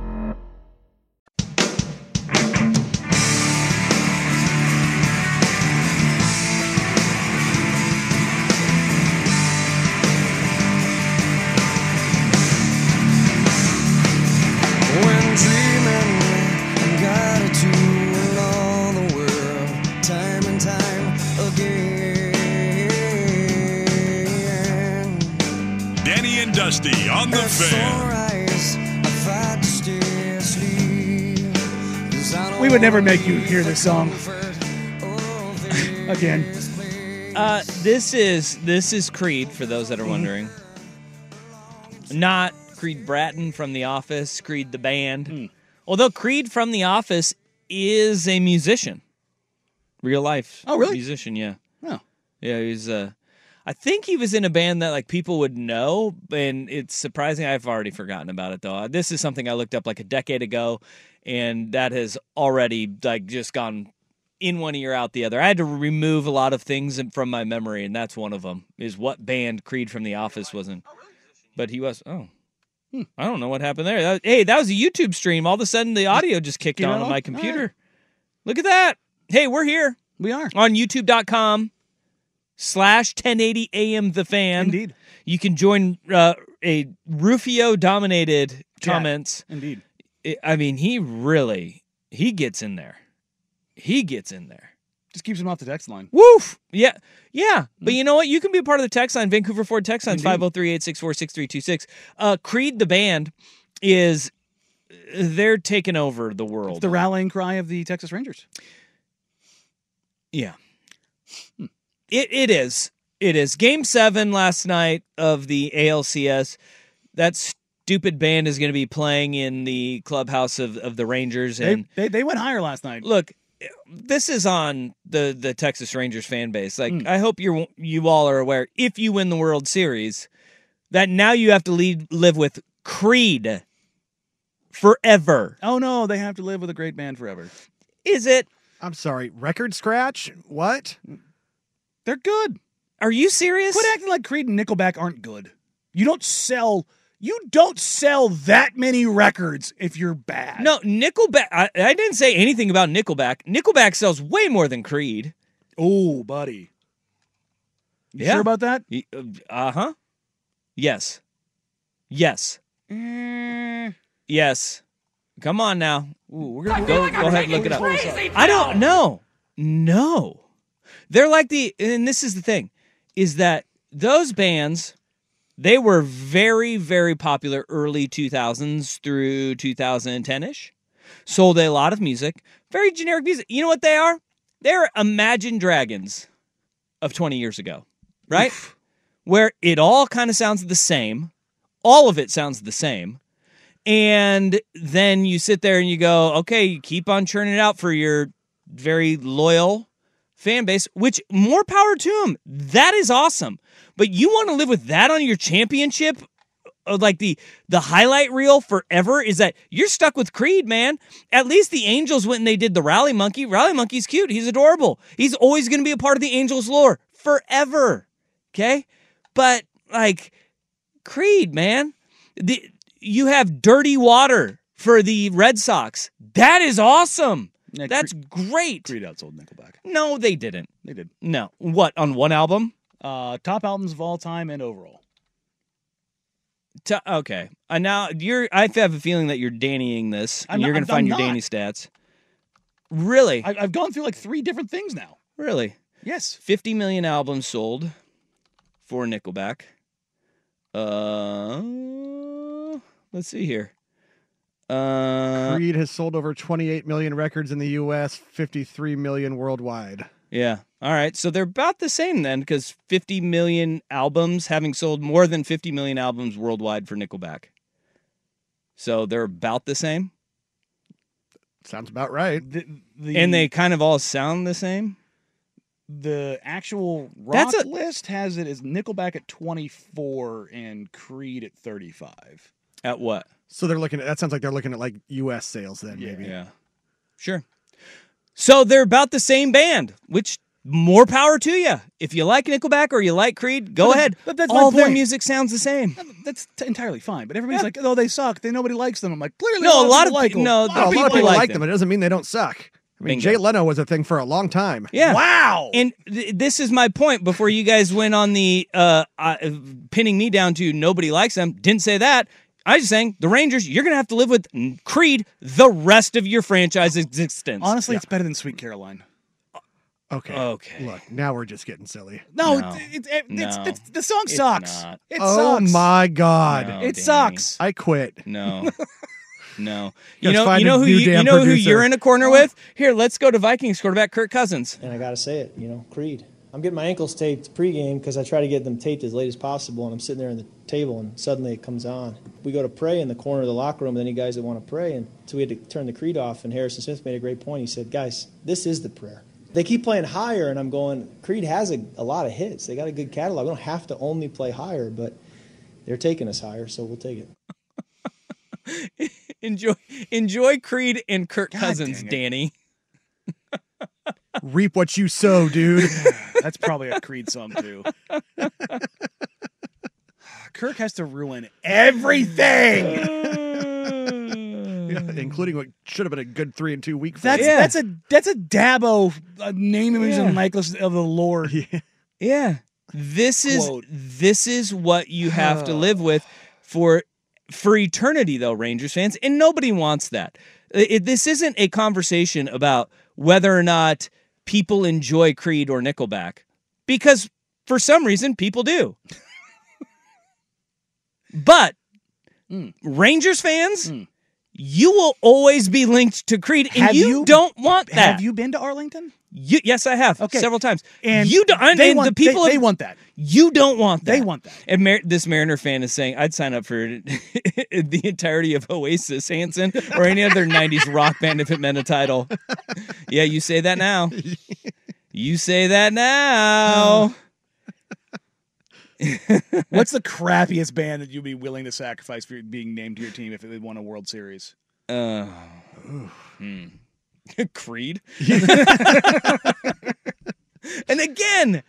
Speaker 4: Danny and Dusty on the fan.
Speaker 2: We would never make you hear this song again.
Speaker 3: Uh, this is this is Creed for those that are
Speaker 2: Mm-hmm.
Speaker 3: wondering. Not Creed Bratton from The Office, Creed the band.
Speaker 2: Hmm.
Speaker 3: Although Creed from The Office is a musician, real life.
Speaker 2: Oh, really?
Speaker 3: Musician, yeah,
Speaker 2: No.
Speaker 3: yeah. He was. Uh, I think he was in a band that like people would know, and it's surprising. I've already forgotten about it though. Uh, This is something I looked up like a decade ago, and that has already like just gone in one ear out the other. I had to remove a lot of things in- from my memory, and that's one of them. Is what band Creed from The Office was in? But he was. Oh, Hmm. I don't know what happened there. That- hey, that was a YouTube stream. All of a sudden, the audio just kicked
Speaker 2: Came
Speaker 3: on
Speaker 2: out
Speaker 3: on
Speaker 2: on?
Speaker 3: my
Speaker 2: All
Speaker 3: computer. Look at that. Hey, we're here
Speaker 2: We are.
Speaker 3: on YouTube.com slash 1080 AM The Fan.
Speaker 2: Indeed.
Speaker 3: You can join uh, a Rufio dominated comments.
Speaker 2: Indeed.
Speaker 3: I- I mean, he really, he gets in there. He gets in there.
Speaker 2: Just keeps him off the text line.
Speaker 3: Woof. Yeah. Yeah.
Speaker 2: Mm.
Speaker 3: But you know what? You can be a part of the text line, Vancouver Ford text
Speaker 2: Mm-hmm.
Speaker 3: line, 503 864 6326. Uh, Creed, the band, is they're taking over the
Speaker 2: It's
Speaker 3: world.
Speaker 2: the rallying cry of the Texas Rangers.
Speaker 3: yeah. Hmm. It, it is. It is. Game seven last night of the ALCS. That stupid band is going to be playing in the clubhouse of, of the Rangers.
Speaker 2: They,
Speaker 3: And
Speaker 2: they they went higher last night.
Speaker 3: look this is on the the Texas Rangers fan base like I hope you you all are aware if you win the World Series that now you have to lead, live with Creed forever
Speaker 2: Oh no, they have to live with a great band forever.
Speaker 3: is it
Speaker 7: I'm sorry. Record scratch? What?
Speaker 2: They're good.
Speaker 3: are you serious
Speaker 2: Quit acting like Creed and Nickelback aren't good. You don't sell. You don't sell that many records if you're bad.
Speaker 3: no Nickelback I, I didn't say anything about Nickelback Nickelback sells way more than Creed
Speaker 2: Oh, buddy. You
Speaker 3: Yeah.
Speaker 2: sure about that?
Speaker 3: Y- uh-huh yes yes Mm. yes come on now
Speaker 2: we're gonna
Speaker 3: go, go ahead and look it up. I don't know. No. They're like the and this is the thing is that those bands they were very very popular early 2000s through 2010ish. Sold a lot of music, very generic music. You know what they are? They're Imagine Dragons of 20 years ago, right? Where it all kind of sounds the same. All of it sounds the same and then you sit there and you go, okay, you keep on churning it out for your very loyal fan base, which more power to them. That is awesome. But you want to live with that on your championship? uh, Like the the highlight reel forever is that you're stuck with Creed, man. At least the Angels when they did the Rally Monkey, Rally Monkey's cute. He's adorable. He's always going to be a part of the Angels lore forever. Okay, but like Creed, man. The, you have dirty water for the Red Sox. That is awesome.
Speaker 2: Yeah,
Speaker 3: That's great.
Speaker 2: Creed outsold Nickelback.
Speaker 3: No, they didn't.
Speaker 2: They did.
Speaker 3: No. What, on one album?
Speaker 2: Uh, top albums of all time and overall.
Speaker 3: T- okay. I now you're I have a feeling that you're Dannying this.
Speaker 2: I'm
Speaker 3: and
Speaker 2: not-
Speaker 3: you're gonna
Speaker 2: I'm-
Speaker 3: find
Speaker 2: I'm
Speaker 3: your
Speaker 2: not.
Speaker 3: Danny stats. Really?
Speaker 2: I, I've gone through like three different things now.
Speaker 3: really?
Speaker 2: Yes.
Speaker 3: 50 million albums sold for Nickelback. Uh let's see here. Uh
Speaker 7: Creed has sold over 28 million records in the U.S., 53 million worldwide.
Speaker 3: Yeah. All right. So they're about the same then, because 50 million albums, having sold more than 50 million albums worldwide for Nickelback. So they're about the same.
Speaker 7: Sounds about right.
Speaker 2: The, the,
Speaker 3: and they kind of all sound the same.
Speaker 2: the actual rock
Speaker 3: That's a-
Speaker 2: list has it as Nickelback at 24 and Creed at 35.
Speaker 3: At what?
Speaker 7: So they're looking at that. Sounds like they're looking at like U.S. sales then, maybe.
Speaker 3: Yeah. Sure. So they're about the same band, which more power to you. If you like Nickelback or you like Creed, go
Speaker 2: But that-
Speaker 3: ahead.
Speaker 2: but that's my
Speaker 3: all their
Speaker 2: point.
Speaker 3: music sounds the same.
Speaker 2: That's t- entirely fine, but everybody's
Speaker 3: Yeah.
Speaker 2: like, "Oh, they suck. They nobody likes them." I'm like, clearly,
Speaker 3: No, a lot
Speaker 2: people
Speaker 3: of
Speaker 2: like
Speaker 3: pe-
Speaker 2: them.
Speaker 3: no,
Speaker 7: Well, a lot of people like them.
Speaker 3: them.
Speaker 7: It doesn't mean they don't suck. I mean,
Speaker 3: Bingo.
Speaker 7: Jay Leno was a thing for a long time.
Speaker 3: Yeah.
Speaker 2: Wow.
Speaker 3: And th- this is my point before you guys went on the uh, uh, pinning me down to nobody likes them. Didn't say that. I was just saying the Rangers, you're going to have to live with Creed the rest of your franchise existence.
Speaker 2: honestly, it's better than Sweet Caroline.
Speaker 7: Okay.
Speaker 3: Okay.
Speaker 7: Look, now we're just getting silly.
Speaker 2: No,
Speaker 3: No.
Speaker 2: It, it, it, it's,
Speaker 3: No.
Speaker 2: it's, the song
Speaker 3: It's
Speaker 2: sucks.
Speaker 3: not.
Speaker 2: It
Speaker 7: oh
Speaker 2: sucks.
Speaker 7: my God.
Speaker 3: No,
Speaker 2: it
Speaker 3: Danny.
Speaker 2: sucks.
Speaker 7: I quit.
Speaker 3: No. No, you
Speaker 7: You guys
Speaker 3: know,
Speaker 7: find
Speaker 3: you know
Speaker 7: a
Speaker 3: who
Speaker 7: new
Speaker 3: you, you
Speaker 7: damn
Speaker 3: know who
Speaker 7: producer.
Speaker 3: you're in a corner with. Here, let's go to Vikings quarterback Kirk Cousins.
Speaker 9: and I got to say it, you know, Creed. I'm getting my ankles taped pregame because I try to get them taped as late as possible, and I'm sitting there on the table, and suddenly it comes on. We go to pray in the corner of the locker room, with any guys that want to pray, and so we had to turn the Creed off. And Harrison Smith made a great point. He said, "Guys, this is the prayer." They keep playing higher, and I'm going. Creed has a, a lot of hits. They got a good catalog. We don't have to only play higher, but they're taking us higher, so we'll take it.
Speaker 3: Enjoy, enjoy Creed and Kirk Cousins,
Speaker 2: dang it.
Speaker 3: Danny.
Speaker 7: Reap what you sow, dude.
Speaker 2: That's probably a Creed song too. Kirk has to ruin everything.
Speaker 7: Yeah, including what should have been a good three and two week. for
Speaker 2: That's
Speaker 7: him.
Speaker 2: that's a that's a Dabo uh, name, image, and likeness of the Lord.
Speaker 3: Yeah. This is
Speaker 2: Quote.
Speaker 3: this is what you have to live with for for eternity though, Rangers fans, and nobody wants that. It, this isn't a conversation about whether or not people enjoy Creed or Nickelback because for some reason people do. but
Speaker 2: Hmm.
Speaker 3: Rangers fans, you will always be linked to Creed and
Speaker 2: Have
Speaker 3: you,
Speaker 2: you-
Speaker 3: don't want that.
Speaker 2: Have you been to Arlington?
Speaker 3: You, yes, I have.
Speaker 2: Okay.
Speaker 3: several times.
Speaker 2: And
Speaker 3: you don't. and
Speaker 2: they
Speaker 3: the
Speaker 2: want-
Speaker 3: people
Speaker 2: they-
Speaker 3: of-
Speaker 2: they want that.
Speaker 3: You don't want that.
Speaker 2: They want that.
Speaker 3: And Mar- this Mariner fan is saying, "I'd sign up for the entirety of Oasis, Hanson, or any other '90s rock band if it meant a title." yeah, you say that now. You say that now.
Speaker 2: What's the crappiest band that you'd be willing to sacrifice for being named to your team if it won a World Series?
Speaker 3: Uh, hmm. Creed. and again,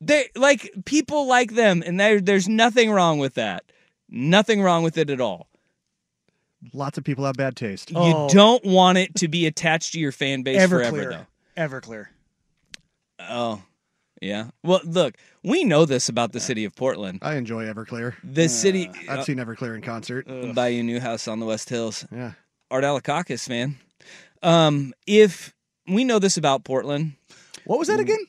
Speaker 3: they like people like them, and there, there's nothing wrong with that. Nothing wrong with it at all.
Speaker 7: Lots of people have bad taste.
Speaker 2: Oh.
Speaker 3: You don't want it to be attached to your fan base
Speaker 2: Everclear.
Speaker 3: forever, though.
Speaker 2: Everclear.
Speaker 3: Oh, yeah. Well, look, we know this about the city of Portland.
Speaker 7: I enjoy Everclear.
Speaker 3: The city.
Speaker 7: I've seen Everclear in concert.
Speaker 3: buy you a new house on the West Hills.
Speaker 7: Yeah.
Speaker 3: Art Alakakis, man. Um, if we know this about Portland,
Speaker 2: What
Speaker 3: Mm.
Speaker 2: was that again?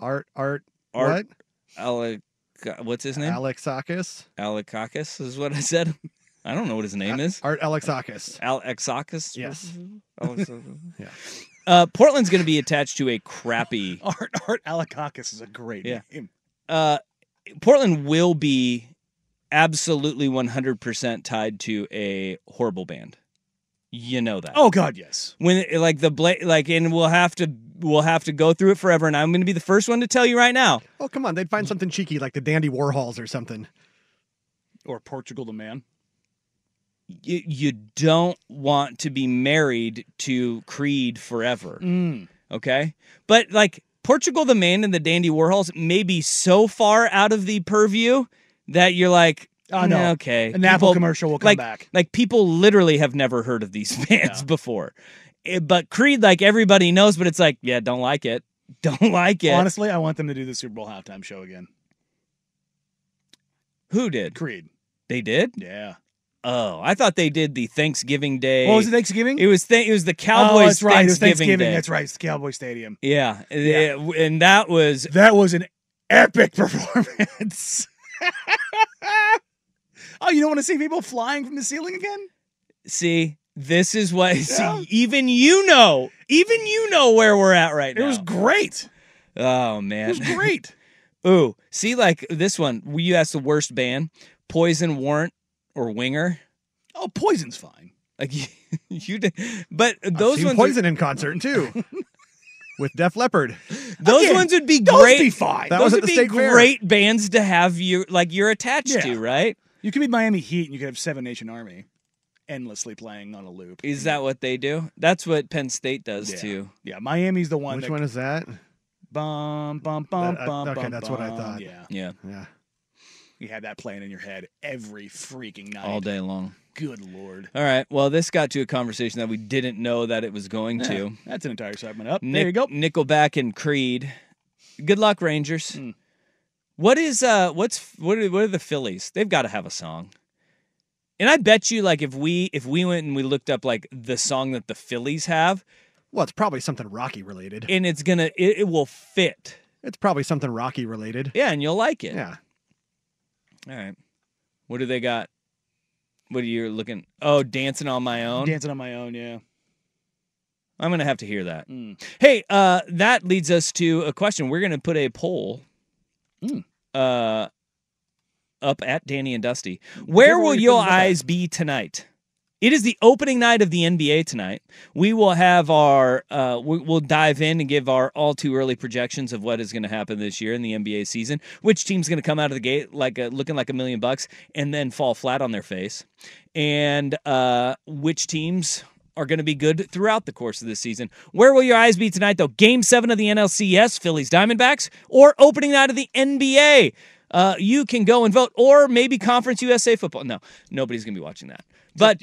Speaker 7: Art, art,
Speaker 3: Art Alak, what's his
Speaker 7: what?
Speaker 3: name?
Speaker 7: Alexakis.
Speaker 3: Alakakis is what I said. I don't know what his name is. Mm-hmm.
Speaker 7: Art Alexakis.
Speaker 3: Alexakis.
Speaker 7: Yes.
Speaker 3: Alex-
Speaker 7: Yeah.
Speaker 3: uh, Portland's going to be attached to a crappy.
Speaker 2: Art Art Alakakis is a great
Speaker 3: Yeah.
Speaker 2: name.
Speaker 3: Uh, Portland will be absolutely 100% tied to a horrible band. You know that.
Speaker 2: Oh God, yes.
Speaker 3: when like the bla- like and we'll have to we'll have to go through it forever and I'm going to be the first one to tell you right now.
Speaker 7: Oh, come on. They'd find something cheeky like the Dandy Warhols or something.
Speaker 2: Or Portugal the Man.
Speaker 3: You, you don't want to be married to Creed forever.
Speaker 2: Mm.
Speaker 3: Okay? But like Portugal the Man and the Dandy Warhols may be so far out of the purview that you're like
Speaker 2: Oh, no.
Speaker 3: "Mm, Okay.
Speaker 2: An Apple
Speaker 3: People-
Speaker 2: commercial will come
Speaker 3: like,
Speaker 2: back.
Speaker 3: Like people literally have never heard of these bands before. Eh, but Creed, like everybody knows, but it's like, yeah, don't like it. Don't like it.
Speaker 2: Honestly, I want them to do the Super Bowl halftime show again.
Speaker 3: Who did?
Speaker 2: Creed.
Speaker 3: They did?
Speaker 2: Yeah.
Speaker 3: Oh, I thought they did the Thanksgiving Day.
Speaker 2: What was Oh, it? Thanksgiving.
Speaker 3: It was th- it was the
Speaker 2: Oh,
Speaker 3: Cowboys
Speaker 2: that's right. It was
Speaker 3: Thanksgiving,
Speaker 2: Thanksgiving.
Speaker 3: Day.
Speaker 2: That's right. It's the Cowboy Stadium.
Speaker 3: Yeah. It- and that was
Speaker 2: That was an epic performance. oh, you don't want to see people flying from the ceiling again?
Speaker 3: see this is what see even you know even you know where we're at right
Speaker 2: It
Speaker 3: now.
Speaker 2: was great.
Speaker 3: oh man.
Speaker 2: It was great.
Speaker 3: Ooh, see like this one. You asked the worst band, Poison Warrant or Winger.
Speaker 2: oh, Poison's fine.
Speaker 3: Like you, you did, but
Speaker 7: Those
Speaker 3: those
Speaker 7: I've seen
Speaker 3: ones
Speaker 7: Poison in concert too. With Def Leppard.
Speaker 3: those
Speaker 2: Again,
Speaker 3: ones would be
Speaker 2: those
Speaker 3: great.
Speaker 2: be fine.
Speaker 7: That
Speaker 3: those
Speaker 7: was at
Speaker 3: would
Speaker 7: the
Speaker 3: be
Speaker 7: state fair.
Speaker 3: great bands to have you like you're attached
Speaker 2: Yeah.
Speaker 3: to, right?
Speaker 2: You could be Miami Heat and you could have Seven Nation Army endlessly playing on a loop.
Speaker 3: Is that what they do? That's what Penn State does
Speaker 2: yeah.
Speaker 3: too.
Speaker 2: Yeah, Miami's the one
Speaker 7: Which
Speaker 2: that
Speaker 7: one is that?
Speaker 2: bum bum bum
Speaker 7: That- uh,
Speaker 2: bum
Speaker 7: okay,
Speaker 2: bum,
Speaker 7: that's what I
Speaker 2: bum.
Speaker 7: thought.
Speaker 2: Yeah.
Speaker 3: Yeah,
Speaker 7: Yeah.
Speaker 2: You had that playing in your head every freaking night.
Speaker 3: all day long.
Speaker 2: Good lord.
Speaker 3: All right. Well, this got to a conversation that we didn't know that it was going to.
Speaker 2: That's an entire segment up.
Speaker 3: Nick,
Speaker 2: there you go.
Speaker 3: Nickelback and Creed. Good luck, Rangers.
Speaker 2: Hmm.
Speaker 3: What is uh? What's what? Are, what are the Phillies? They've got to have a song. And I bet you, like, if we if we went and we looked up like the song that the Phillies have,
Speaker 7: Well, it's probably something Rocky related.
Speaker 3: and it's gonna it, it will fit.
Speaker 7: It's probably something Rocky related.
Speaker 3: Yeah, and you'll like it.
Speaker 7: Yeah.
Speaker 3: All right. What do they got? What are you looking? Oh, dancing on my own.
Speaker 2: Dancing on my own, yeah.
Speaker 3: I'm gonna have to hear that. Hey, uh, that leads us to a question. We're gonna put a poll uh, up at Danny and Dusty. Where
Speaker 2: ever
Speaker 3: will
Speaker 2: already
Speaker 3: your
Speaker 2: put it up at?
Speaker 3: eyes be tonight? It is the opening night of the NBA tonight. We will have our uh, we- we'll dive in and give our all too early projections of what is going to happen this year in the NBA season. Which team's going to come out of the gate like a, looking like a million bucks and then fall flat on their face, and uh, which teams are going to be good throughout the course of this season. Where will your eyes be tonight, though? Game seven of the NLCS, Phillies Diamondbacks, or opening night of the NBA? Uh, you can go and vote, or maybe Conference USA football. No, nobody's going to be watching that. But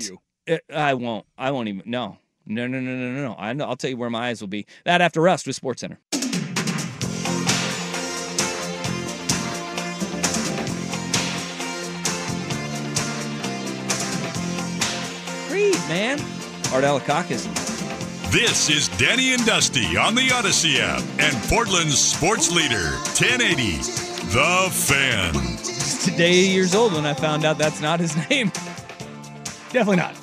Speaker 3: Uh, I won't. I won't even. No. No, no, no, no, no, no. I know, I'll tell you where my eyes will be. That after Rust with SportsCenter. man. Art Alakakis.
Speaker 4: This is Danny and Dusty on the Odyssey app and Portland's sports leader, 1080, The Fan.
Speaker 3: He's today years old when I found out that's not his name.
Speaker 2: Definitely not.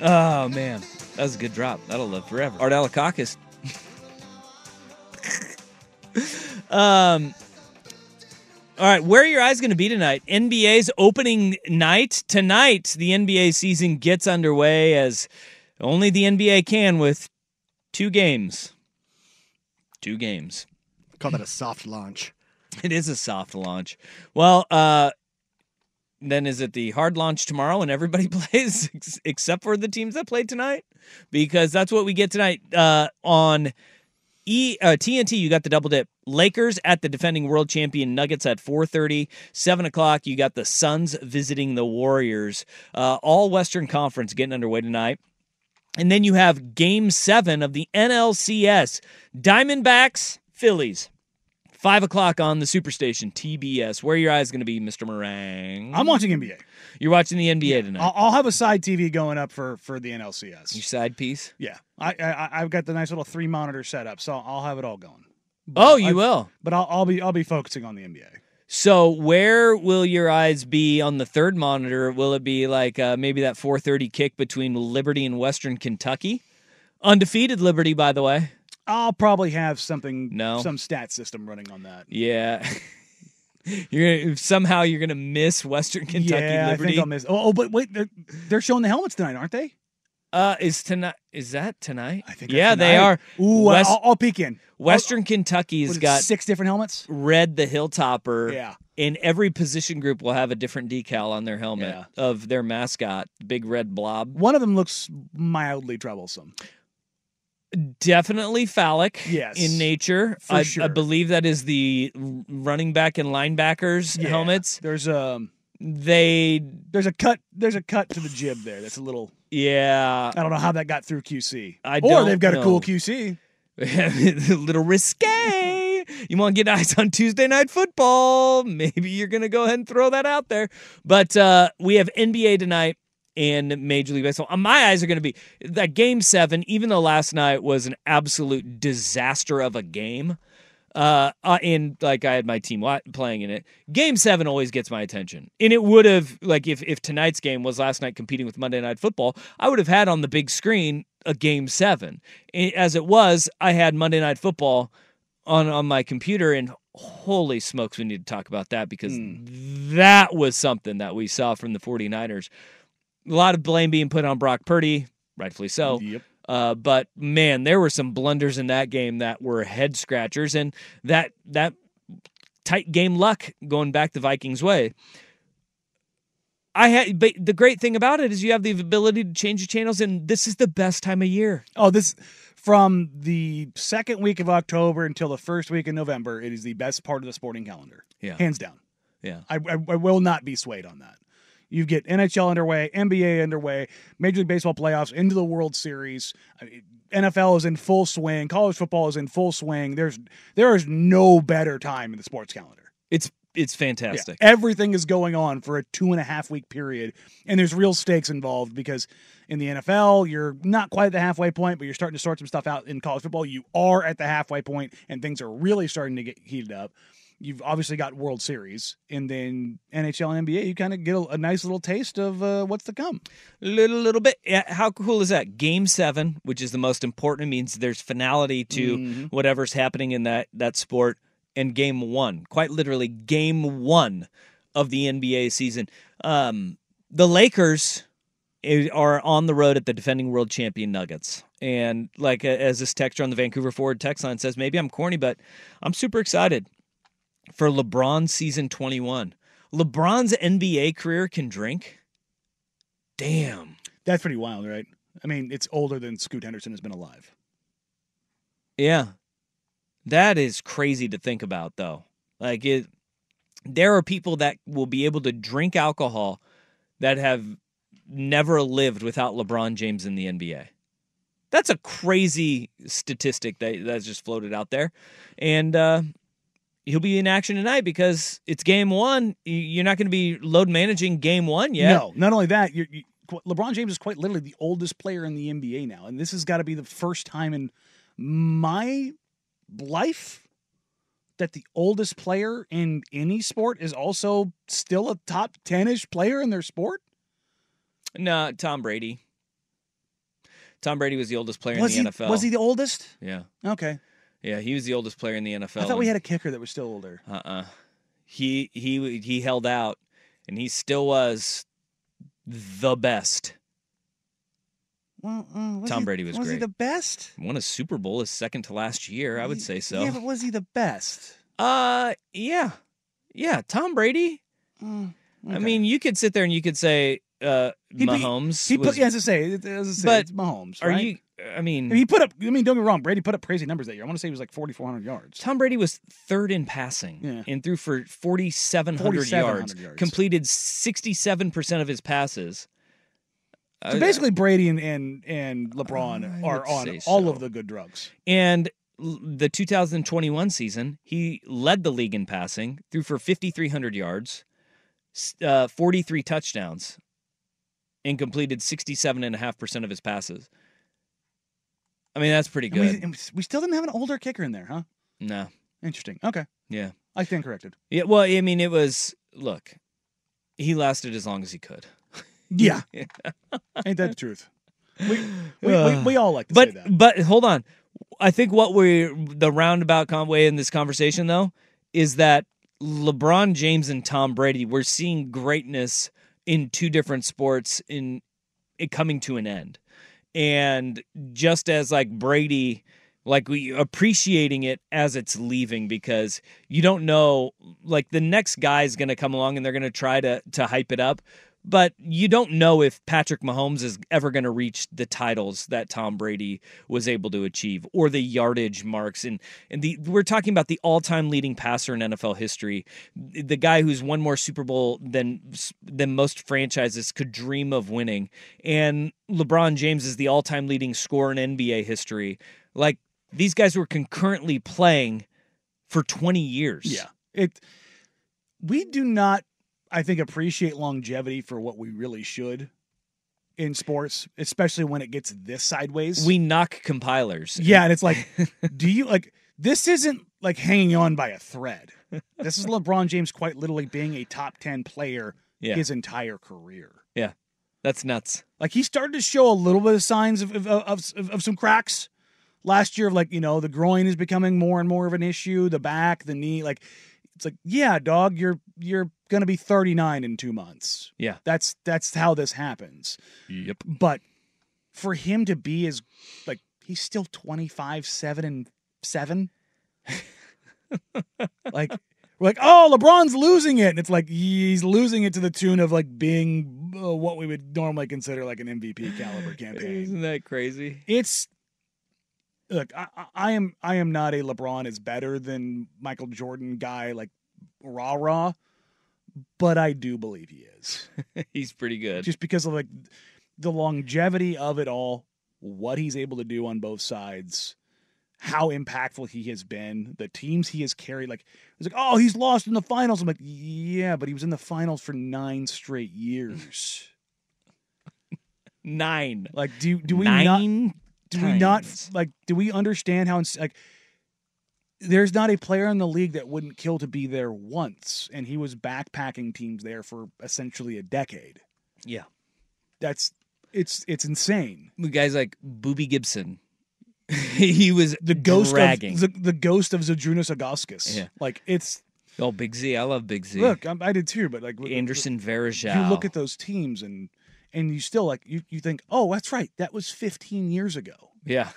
Speaker 3: Oh man, that was a good drop. That'll live forever. Art Alakakis. um. All right, where are your eyes going to be tonight? NBA's opening night tonight. The NBA season gets underway as only the NBA can with two games. Two games.
Speaker 7: Call that a soft launch.
Speaker 3: It is a soft launch. Well, uh, then is it the hard launch tomorrow and everybody plays ex- except for the teams that played tonight? Because that's what we get tonight uh, on E uh, TNT. You got the double dip. Lakers at the defending world champion Nuggets at 4:30, 7 o'clock. You got the Suns visiting the Warriors. Uh, all Western Conference getting underway tonight. And then you have game seven of the NLCS Diamondbacks, Phillies. Five o'clock on the Superstation, TBS. Where are your eyes going to be, Mr. Meringue?
Speaker 2: I'm watching NBA.
Speaker 3: You're watching the NBA tonight.
Speaker 2: I'll, I'll have a side TV going up for for the NLCS.
Speaker 3: your side piece?
Speaker 2: yeah, I, I I've got the nice little three monitor setup, so I'll have it all going.
Speaker 3: Oh, you
Speaker 2: I-
Speaker 3: will.
Speaker 2: But I'll, I'll be I'll be focusing on the NBA.
Speaker 3: So where will your eyes be on the third monitor? Will it be like uh, maybe that 4:30 kick between Liberty and Western Kentucky? Undefeated Liberty, by the way.
Speaker 2: I'll probably have something,
Speaker 3: No.
Speaker 2: some stat system running on that.
Speaker 3: Yeah. you're gonna, somehow you're going to miss Western Kentucky
Speaker 2: yeah, I
Speaker 3: Liberty.
Speaker 2: think I'll miss. Oh, oh, but wait, they're, they're showing the helmets tonight, aren't they?
Speaker 3: Uh, is tonight? Is that tonight? I
Speaker 2: think that's
Speaker 3: Yeah, they are.
Speaker 2: tonight. Ooh,
Speaker 3: West-
Speaker 2: I'll, I'll peek in.
Speaker 3: Western Kentucky's
Speaker 2: What is it,
Speaker 3: got
Speaker 2: six different helmets.
Speaker 3: red the Hilltopper.
Speaker 2: Yeah.
Speaker 3: And every position group will have a different decal on their helmet
Speaker 2: Yeah.
Speaker 3: of their mascot, big red blob.
Speaker 2: One of them looks mildly troublesome.
Speaker 3: Definitely phallic
Speaker 2: Yes.
Speaker 3: in nature.
Speaker 2: For
Speaker 3: I, I
Speaker 2: sure.
Speaker 3: believe that is the running back and linebackers
Speaker 2: Yeah.
Speaker 3: helmets.
Speaker 2: There's a
Speaker 3: They,
Speaker 2: there's a cut there's a cut to the jib there. That's a little.
Speaker 3: yeah,
Speaker 2: I don't know how that got through QC.
Speaker 3: I
Speaker 2: or
Speaker 3: don't
Speaker 2: they've got
Speaker 3: know.
Speaker 2: a cool QC.
Speaker 3: a little risque. You want to get eyes on Tuesday night football? Maybe you're going to go ahead and throw that out there. But uh, we have NBA tonight and Major League Baseball. Uh, My eyes are going to be that game seven, even though last night was an absolute disaster of a game. Uh, uh, and like I had my team li- playing in it. Game seven always gets my attention, and it would have like if if tonight's game was last night competing with Monday Night Football, I would have had on the big screen a game seven. A- As it was, I had Monday Night Football on on my computer, and holy smokes, we need to talk about that because that was something that we saw from the 49ers. A lot of blame being put on Brock Purdy, rightfully so.
Speaker 2: Yep.
Speaker 3: Uh, but man, there were some blunders in that game that were head scratchers, and that that tight game luck going back the Vikings' way. I had, but the great thing about it is you have the ability to change the channels, and this is the best time of year.
Speaker 2: Oh, this from the second week of October until the first week of November. It is the best part of the sporting calendar.
Speaker 3: Yeah.
Speaker 2: hands down.
Speaker 3: Yeah,
Speaker 2: I, I, I will not be swayed on that. You get NHL underway, NBA underway, Major League Baseball playoffs into the World Series. I mean, NFL is in full swing. College football is in full swing. There's there is no better time in the sports calendar.
Speaker 3: it's it's
Speaker 2: Yeah,
Speaker 3: fantastic.
Speaker 2: everything is going on for a two and a half week period, and there's real stakes involved because in the NFL you're not quite at the halfway point, but you're starting to sort some stuff out. In college football, you are at the halfway point, and things are really starting to get heated up. You've obviously got World Series, and then NHL and NBA. You kind of get a, a nice little taste of uh, what's to come.
Speaker 3: little little bit yeah, how cool is that game seven which is the most important it means there's finality to whatever's happening in that that sport and game one quite literally game one of the nba season um the lakers i- are on the road at the defending world champion nuggets and like a- as this texture on the vancouver forward text line says maybe i'm corny but i'm super excited for lebron season 21 lebron's nba career can drink damn
Speaker 2: That's pretty wild, right? I mean, it's older than Scoot Henderson has been alive.
Speaker 3: Yeah. That is crazy to think about though. Like it there are people that will be able to drink alcohol that have never lived without LeBron James in the NBA. That's a crazy statistic that that's just floated out there. And uh He'll be in action tonight because it's game one. You- You're not going to be load managing game one yet.
Speaker 2: No, not only that, you, you, qu- LeBron James is quite literally the oldest player in the NBA now, and this has got to be the first time in my life that the oldest player in any sport is also still a top 10-ish player in their sport?
Speaker 3: No, Tom Brady. Tom Brady was the oldest player
Speaker 2: was
Speaker 3: in
Speaker 2: he,
Speaker 3: the NFL.
Speaker 2: Was he the oldest?
Speaker 3: Yeah.
Speaker 2: Okay.
Speaker 3: Yeah, he was the oldest player in the NFL.
Speaker 2: I thought we had a kicker that was still older.
Speaker 3: Uh uh He he he held out, and he still was the best.
Speaker 2: Well, uh,
Speaker 3: Tom
Speaker 2: he-
Speaker 3: Brady was
Speaker 2: Was he
Speaker 3: great.
Speaker 2: the best?
Speaker 3: Won a Super Bowl his second to last year. I would say so.
Speaker 2: Yeah, but was he the best?
Speaker 3: Uh, yeah, yeah. Tom Brady. I
Speaker 2: okay.
Speaker 3: mean, you could sit there and you could say uh,
Speaker 2: He put-
Speaker 3: Mahomes.
Speaker 2: He put,
Speaker 3: was-
Speaker 2: yeah, as I say, it- as I say
Speaker 3: But
Speaker 2: it's Mahomes.
Speaker 3: are
Speaker 2: right?
Speaker 3: you? I mean,
Speaker 2: He put up. I mean, don't get me wrong. Brady put up crazy numbers that year. I want to say he was like 4,400 yards.
Speaker 3: Tom Brady was third in passing
Speaker 2: Yeah.
Speaker 3: and threw for 4,700 yards,
Speaker 2: 4,700 yards.
Speaker 3: completed 67% of his passes.
Speaker 2: So
Speaker 3: Uh,
Speaker 2: basically, Brady and and, and LeBron
Speaker 3: I
Speaker 2: are
Speaker 3: would
Speaker 2: on
Speaker 3: say
Speaker 2: all
Speaker 3: so.
Speaker 2: of the good drugs.
Speaker 3: and l- the 2021 season, he led the league in passing, threw for 5,300 yards, s- uh, 43 touchdowns, and completed 67.5% of his passes. I mean, that's pretty
Speaker 2: And we,
Speaker 3: good.
Speaker 2: and we still didn't have an older kicker in there, huh?
Speaker 3: no.
Speaker 2: Interesting. Okay,
Speaker 3: Yeah.
Speaker 2: I stand corrected.
Speaker 3: Yeah. Well, I mean, it was, look, he lasted as long as he could.
Speaker 2: Yeah, ain't that the truth? We we, we,
Speaker 3: Uh,
Speaker 2: we all like to
Speaker 3: but
Speaker 2: say that.
Speaker 3: but hold on i think what we the roundabout con- way in this conversation though is that lebron james and tom brady we're seeing greatness in two different sports in it coming to an end and just as like brady like we appreciating it as it's leaving because you don't know like the next guy's going to come along and they're going to try to to hype it up but you don't know if Patrick Mahomes is ever going to reach the titles that Tom Brady was able to achieve or the yardage marks and and the we're talking about the all-time leading passer in NFL history the guy who's won more Super Bowl than than most franchises could dream of winning and LeBron James is the all-time leading scorer in NBA history like these guys were concurrently playing for 20 years
Speaker 2: Yeah. It we do not I think appreciate longevity for what we really should in sports, especially when it gets this sideways.
Speaker 3: we knock compilers
Speaker 2: Yeah, and it's like do you like this isn't like hanging on by a thread. This is LeBron James quite literally being a top 10 player
Speaker 3: Yeah.
Speaker 2: his entire career.
Speaker 3: yeah that's nuts
Speaker 2: Like he started to show a little bit of signs of of, of of of some cracks last year of like, you know, the groin is becoming more and more of an issue, the back, the knee, like it's like, yeah, dog, you're you're going to be 39 in 2 months.
Speaker 3: yeah
Speaker 2: That's that's how this happens.
Speaker 3: Yep.
Speaker 2: But for him to be as like he's still 25, 7 and 7. like we're like, "Oh, LeBron's losing it." And it's like he's losing it to the tune of like being uh, what we would normally consider like an MVP caliber campaign.
Speaker 3: Isn't that crazy?
Speaker 2: It's look, I, I- I am I am not a LeBron is better than Michael Jordan guy like rah rah, but I do believe he is
Speaker 3: He's pretty good.
Speaker 2: just because of like the longevity of it all, what he's able to do on both sides, how impactful he has been, the teams he has carried. Like it's like, oh, he's lost in the finals. I'm like, yeah, but he was in the finals for nine straight years.
Speaker 3: Nine.
Speaker 2: like, do do we not
Speaker 3: Nine
Speaker 2: do we not
Speaker 3: times.
Speaker 2: like do we understand how ins- like there's not a player in the league that wouldn't kill to be there once, and he was backpacking teams there for essentially a decade.
Speaker 3: Yeah.
Speaker 2: That's it's it's insane.
Speaker 3: The guys like Booby Gibson. he was
Speaker 2: the ghost
Speaker 3: dragging.
Speaker 2: of the, the ghost of Zadrunas Agoskis.
Speaker 3: Yeah.
Speaker 2: Like it's
Speaker 3: oh, Big Z. I love Big Z.
Speaker 2: look, I'm, I did too, but like
Speaker 3: Anderson Varejao.
Speaker 2: you look at those teams and and you still like you you think, oh, that's right, that was 15 years ago.
Speaker 3: yeah.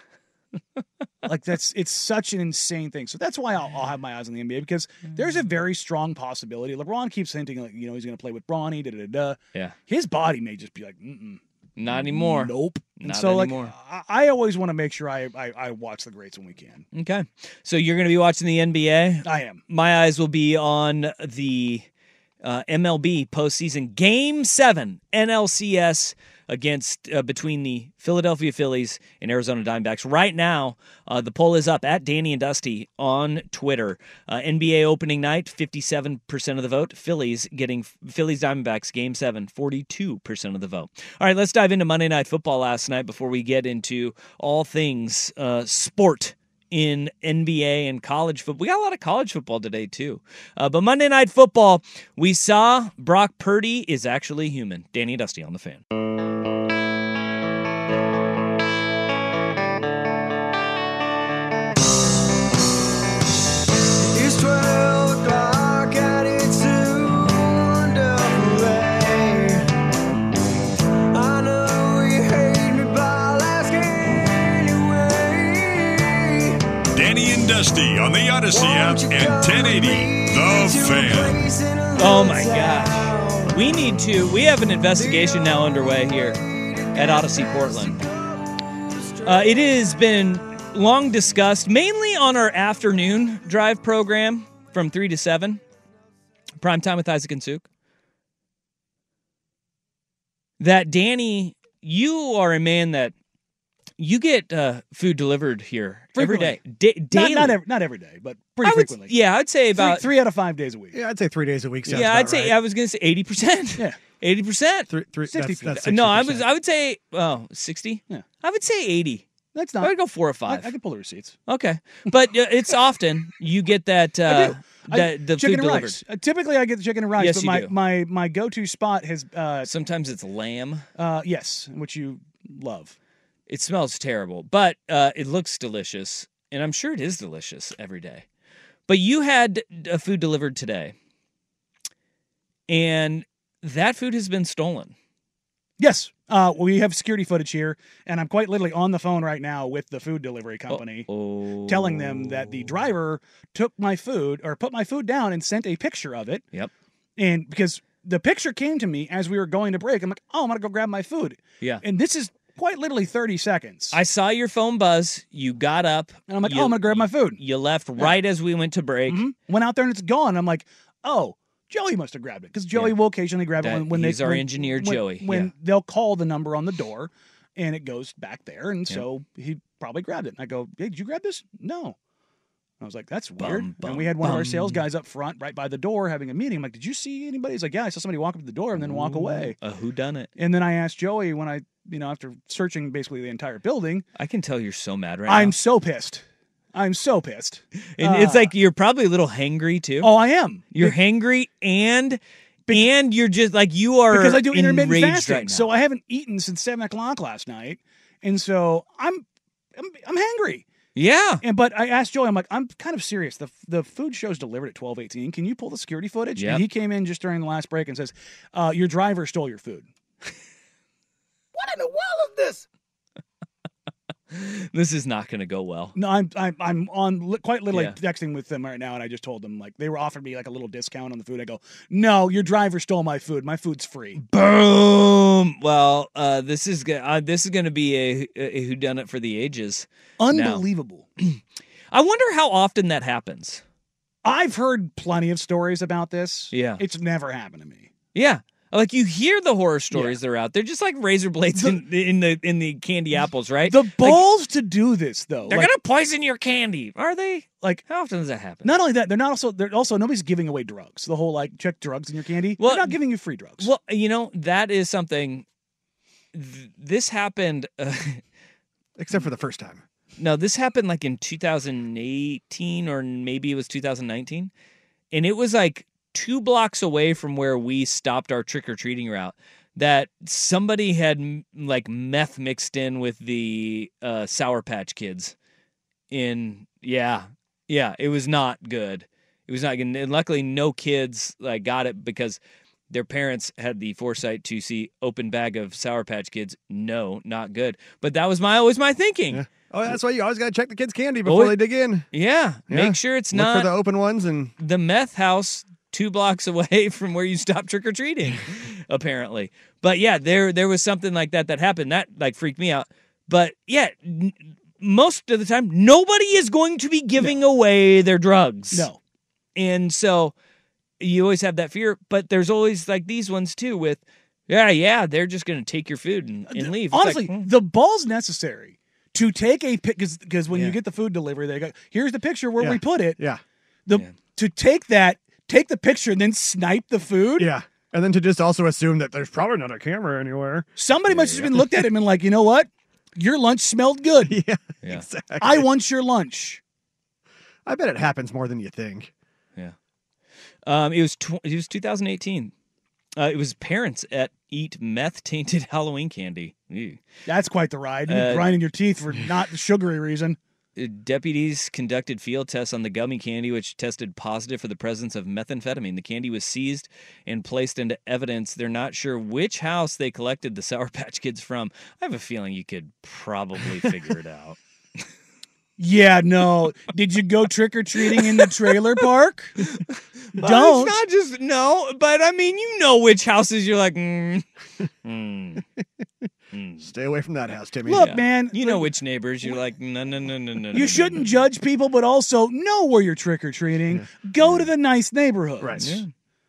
Speaker 2: Like that's it's such an insane thing. So that's why I'll, I'll have my eyes on the NBA because there's a very strong possibility. LeBron keeps hinting like you know he's going to play with Bronny. Da da da. da.
Speaker 3: Yeah.
Speaker 2: His body may just be like, mm
Speaker 3: Not anymore.
Speaker 2: nope. and
Speaker 3: Not
Speaker 2: so
Speaker 3: anymore.
Speaker 2: like I, I always want to make sure I, I I watch the greats when we can.
Speaker 3: Okay. So you're going to be watching the NBA.
Speaker 2: I am.
Speaker 3: My eyes will be on the uh, MLB postseason Game 7 NLCS against uh, between the Philadelphia Phillies and Arizona Diamondbacks. Right now, uh, the poll is up at Danny and Dusty on Twitter. Uh, NBA opening night, 57% of the vote. Phillies getting Phillies Diamondbacks game seven, 42% of the vote. All right, let's dive into Monday Night Football last night before we get into all things uh, sport in NBA and college football. We got a lot of college football today, too. Uh, but Monday Night Football, we saw Brock Purdy is actually human. Danny Dusty on the fan.
Speaker 10: It's 12 o'clock and it's a wonderful day. I know you hate me, but I'll ask anyway.
Speaker 4: Danny and Dusty on the Odyssey app and 1080 The Fan.
Speaker 3: Oh my gosh. We need to, we have an investigation now underway here at Odyssey Portland. Uh, it has been long discussed, mainly on our afternoon drive program from 3 to 7, prime time with Isaac and Suk, that Danny, you are a man that you get uh, food delivered here every
Speaker 2: Frequently.
Speaker 3: day. Da-
Speaker 2: Not-
Speaker 3: daily.
Speaker 2: Not, every, not every day, but pretty
Speaker 3: I would-
Speaker 2: frequently.
Speaker 3: yeah, I'd say about
Speaker 2: three, three out of five days a week.
Speaker 7: Yeah, I'd say three days a week.
Speaker 3: yeah, I'd say I was gonna say eighty percent. Yeah, eighty percent.
Speaker 7: Three, three, that's- that's
Speaker 3: No, I was.
Speaker 7: 60%.
Speaker 3: I would say oh, 60? Yeah, I would say eighty.
Speaker 2: That's
Speaker 3: I would go four or five.
Speaker 2: Uh, I, I could pull the receipts.
Speaker 3: okay, but uh, it's often you get that uh,
Speaker 2: I-
Speaker 3: that the
Speaker 2: chicken
Speaker 3: food
Speaker 2: and
Speaker 3: delivered.
Speaker 2: rice. Uh, typically, I get the chicken and rice,
Speaker 3: Yes,
Speaker 2: but
Speaker 3: you
Speaker 2: my,
Speaker 3: do.
Speaker 2: my my go to spot has uh,
Speaker 3: Sometimes it's lamb.
Speaker 2: uh, yes, which you love.
Speaker 3: It smells terrible, but uh, it looks delicious, and I'm sure it is delicious every day. But you had uh, food delivered today, and that food has been stolen.
Speaker 2: Yes, uh, we have security footage here, and I'm quite literally on the phone right now with the food delivery company, telling them that the driver took my food or put my food down and sent a picture of it.
Speaker 3: Yep.
Speaker 2: And because the picture came to me as we were going to break, I'm like, oh, I'm gonna go grab my food,
Speaker 3: Yeah.
Speaker 2: and this is quite literally 30 seconds.
Speaker 3: I saw your phone buzz. You got up,
Speaker 2: And I'm like,
Speaker 3: you,
Speaker 2: oh, I'm gonna grab my food. Mm-hmm.
Speaker 3: You left right as we went to break.
Speaker 2: Went out there and it's gone. I'm like, oh, Joey must have grabbed it because Joey will occasionally grab it
Speaker 3: That-
Speaker 2: when, when
Speaker 3: he's
Speaker 2: they
Speaker 3: our
Speaker 2: when-
Speaker 3: engineer,
Speaker 2: when-
Speaker 3: Joey.
Speaker 2: When
Speaker 3: Yeah.
Speaker 2: they'll call the number on the door, and it goes back there, and so he probably grabbed it. And I go, hey, did you grab this? No. I was like, that's weird. and we had one of our sales guys up front, right by the door, having a meeting. I'm like, did you see anybody? He's like, yeah, I saw somebody walk up to the door and then walk away.
Speaker 3: Uh, who done it?
Speaker 2: And then I asked Joey when I, you know, after searching basically the entire building,
Speaker 3: I can tell you're so mad right
Speaker 2: I'm
Speaker 3: now.
Speaker 2: so pissed. I'm so pissed.
Speaker 3: And it's
Speaker 2: Uh,
Speaker 3: like you're probably a little hangry too.
Speaker 2: oh, I am.
Speaker 3: You're hangry and and you're just like you are
Speaker 2: because I do intermittent
Speaker 3: enraged
Speaker 2: fasting.
Speaker 3: Right now.
Speaker 2: So I haven't eaten since seven o'clock last night, and so I'm I'm, I'm hangry.
Speaker 3: yeah.
Speaker 2: And but I asked Joey, I'm like, I'm kind of serious. The the food show's delivered at twelve eighteen. Can you pull the security footage?
Speaker 3: Yep.
Speaker 2: And he came in just during the last break and says, uh, "Your driver stole your food."
Speaker 10: What in the world is this?
Speaker 3: This is not going to go well.
Speaker 2: No, I'm I'm, I'm on li- quite literally
Speaker 3: Yeah.
Speaker 2: texting with them right now, and I just told them like they were offering me like a little discount on the food. I go, "No, your driver stole my food. My food's free."
Speaker 3: Boom. Well, uh, this is go- uh, this is going to be a, a who done it for the ages. now.
Speaker 2: Unbelievable.
Speaker 3: I wonder how often that happens.
Speaker 2: I've heard plenty of stories about this.
Speaker 3: Yeah.
Speaker 2: it's never happened to me.
Speaker 3: Yeah. Like you hear the horror stories that are out there, just like razor blades in, in the in the candy apples, right?
Speaker 2: The
Speaker 3: Like,
Speaker 2: balls to do this though.
Speaker 3: They're
Speaker 2: like,
Speaker 3: gonna poison your candy, are they?
Speaker 2: Like-
Speaker 3: how often does that happen?
Speaker 2: not only that, they're not also they're also nobody's giving away drugs. The whole like check drugs in your candy.
Speaker 3: Well-
Speaker 2: they're not giving you free drugs.
Speaker 3: Well, you know that is something. Th- this happened. Uh,
Speaker 7: Except for the first time.
Speaker 3: no, this happened like in 2018 or maybe it was 2019, and it was like two blocks away from where we stopped our trick or treating route. That somebody had m- like meth mixed in with the uh, Sour Patch Kids. in yeah yeah it was not good it was not good and luckily no kids like got it because their parents had the foresight to see open bag of sour patch kids no not good but that was my always my thinking yeah,
Speaker 7: Oh, that's why you always got to check the kids' candy before
Speaker 3: Oh,
Speaker 7: they dig in. Yeah.
Speaker 3: make sure it's
Speaker 7: Look
Speaker 3: not
Speaker 7: for the open ones and
Speaker 3: the meth house two blocks away from where you stop trick or treating, apparently. But yeah, there there was something like that that happened that like freaked me out. But yeah, n- most of the time nobody is going to be giving away their drugs.
Speaker 2: no,
Speaker 3: And so you always have that fear, but there's always like these ones too with Yeah, yeah, they're just gonna take your food and, and leave. It's like, hmm,
Speaker 2: Honestly, the ball's necessary to take a pic because because when you get the food delivery, they go, "Here's the picture where
Speaker 7: Yeah.
Speaker 2: we put it."
Speaker 7: Yeah.
Speaker 2: The to take that, take the picture, and then snipe the food.
Speaker 7: Yeah. And then to just also assume that there's probably not a camera anywhere.
Speaker 2: Somebody must have been looked at him and like, you know what? Your lunch smelled good.
Speaker 7: Yeah,
Speaker 3: exactly.
Speaker 2: I want your lunch.
Speaker 7: I bet it happens more than you think.
Speaker 3: Yeah. Um, it was tw- it was 2018. Uh, it was parents at eat meth tainted Halloween candy. Ew.
Speaker 2: That's quite the ride. You're
Speaker 3: Uh,
Speaker 2: grinding your teeth for not the sugary reason.
Speaker 3: Uh, Deputies conducted field tests on the gummy candy, which tested positive for the presence of methamphetamine. The candy was seized and placed into evidence. They're not sure which house they collected the Sour Patch Kids from. I have a feeling you could probably figure it out.
Speaker 2: Yeah, no. Did you go trick or treating in the trailer park?
Speaker 3: Well,
Speaker 2: Don't.
Speaker 3: It's not just no, but I mean, you know which houses you're like. Mm, mm, mm.
Speaker 7: Stay away from that house, Timmy.
Speaker 2: Look, man,
Speaker 3: you know which neighbors you're like. No, no, no, no, no. no, no,
Speaker 2: You shouldn't judge people, but also know where you're trick or treating. Go to the nice neighborhoods. Right.
Speaker 3: Yeah.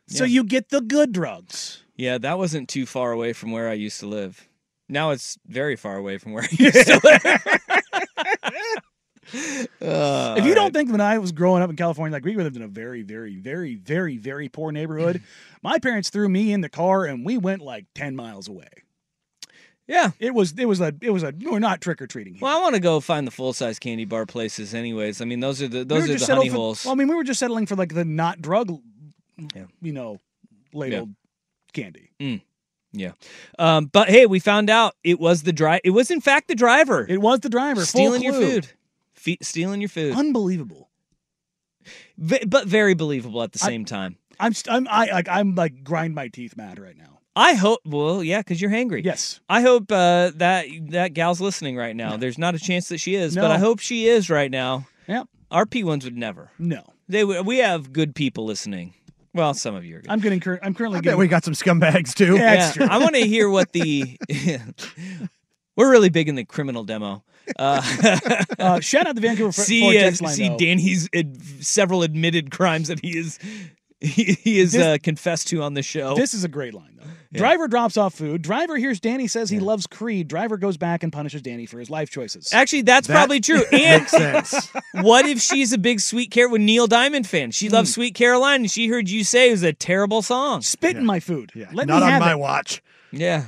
Speaker 2: So
Speaker 3: Yeah.
Speaker 2: you get the good drugs.
Speaker 3: Yeah, that wasn't too far away from where I used to live. Now it's very far away from where I used to live. Uh,
Speaker 2: if you
Speaker 3: all
Speaker 2: don't think when I was growing up in California, like we lived in a very, very, very, very, very poor neighborhood, my parents threw me in the car and we went like ten miles away.
Speaker 3: Yeah,
Speaker 2: it was it was a it was a we're not trick or treating.
Speaker 3: Well, I want to go find the full size candy bar places, anyways. I mean, those are the those
Speaker 2: we were
Speaker 3: are
Speaker 2: just
Speaker 3: the honey
Speaker 2: settled for-
Speaker 3: holes.
Speaker 2: Well, I mean, we were just settling for like the not drug,
Speaker 3: Yeah.
Speaker 2: you know, labeled candy.
Speaker 3: Mm. Yeah, um, but hey, we found out it was the dri It was in fact the driver.
Speaker 2: It was the driver full
Speaker 3: stealing your
Speaker 2: clue.
Speaker 3: food, Fe- stealing your food.
Speaker 2: Unbelievable.
Speaker 3: Ve- but very believable at the
Speaker 2: I-
Speaker 3: same time.
Speaker 2: I'm st- I'm I like I'm like grind my teeth mad right now.
Speaker 3: I hope. Well, yeah, because you're hangry.
Speaker 2: Yes.
Speaker 3: I hope uh, that that gal's listening right now. There's not a chance that she is,
Speaker 2: No.
Speaker 3: but I hope she is right now.
Speaker 2: Yep.
Speaker 3: Our P ones would never.
Speaker 2: No.
Speaker 3: They would- we have good people listening. Well, some of you are. Good.
Speaker 2: I'm gonna incur- I'm currently
Speaker 7: I
Speaker 2: getting
Speaker 7: bet we got some scumbags too.
Speaker 2: Yeah, it's true.
Speaker 3: I want to hear what the. We're really big in the criminal demo. Uh,
Speaker 2: Uh, shout out to Vancouver Fr-
Speaker 3: see,
Speaker 2: Ford
Speaker 3: uh,
Speaker 2: text line,
Speaker 3: see
Speaker 2: though.
Speaker 3: Danny's ad- several admitted crimes that he is he, he is
Speaker 2: This-
Speaker 3: uh, confessed to on the show.
Speaker 2: This is a great line though. Driver drops off food. Driver hears Danny says he loves Creed. Driver goes back and punishes Danny for his life choices.
Speaker 3: Actually, that's
Speaker 2: That
Speaker 3: probably true. And
Speaker 2: makes sense.
Speaker 3: what if she's a big Sweet Caroline Neil Diamond fan? She loves
Speaker 2: Hmm.
Speaker 3: Sweet Caroline, and she heard you say it was a terrible song.
Speaker 2: Spit in my food. Yeah, Let
Speaker 7: Not
Speaker 2: me
Speaker 7: on
Speaker 2: have
Speaker 7: my
Speaker 2: it.
Speaker 7: watch.
Speaker 3: Yeah.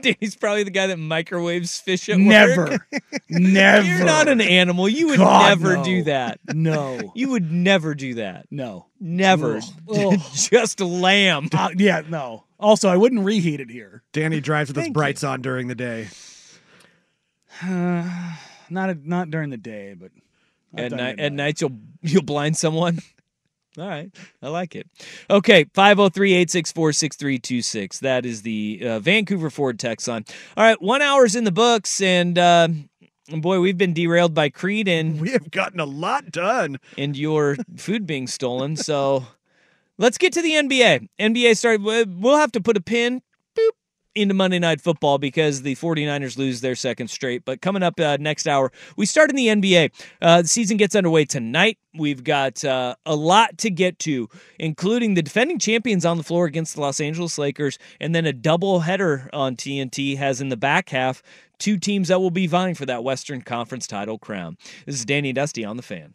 Speaker 3: Danny's probably the guy that microwaves fish at work.
Speaker 2: Never. Never.
Speaker 3: You're not an animal. You would
Speaker 2: God,
Speaker 3: never
Speaker 2: no.
Speaker 3: do that.
Speaker 2: No.
Speaker 3: You would never do that.
Speaker 2: No.
Speaker 3: Never.
Speaker 2: Ugh.
Speaker 3: Just a lamb.
Speaker 2: Uh, yeah, no. Also, I wouldn't reheat it here.
Speaker 7: Danny drives with his
Speaker 2: Thank
Speaker 7: brights on during the day.
Speaker 2: Uh, not a, not during the day, but I've
Speaker 3: At
Speaker 2: done
Speaker 3: night
Speaker 2: midnight.
Speaker 3: at night you'll you'll blind someone. All right. I like it. Okay, 503-864-6326. That is the uh, Vancouver Ford text line. All right, 1 hour's in the books and uh, boy, we've been derailed by Creed and
Speaker 7: We have gotten a lot done.
Speaker 3: and your food being stolen. So let's get to the NBA. NBA started. we- We'll have to put a pin boop, into Monday Night Football because the 49ers lose their second straight. But coming up uh, next hour, we start in the NBA. Uh, the season gets underway tonight. We've got uh, a lot to get to, including the defending champions on the floor against the Los Angeles Lakers, and then a doubleheader on TNT has in the back half two teams that will be vying for that Western Conference title crown. This is Danny Dusty on the fan.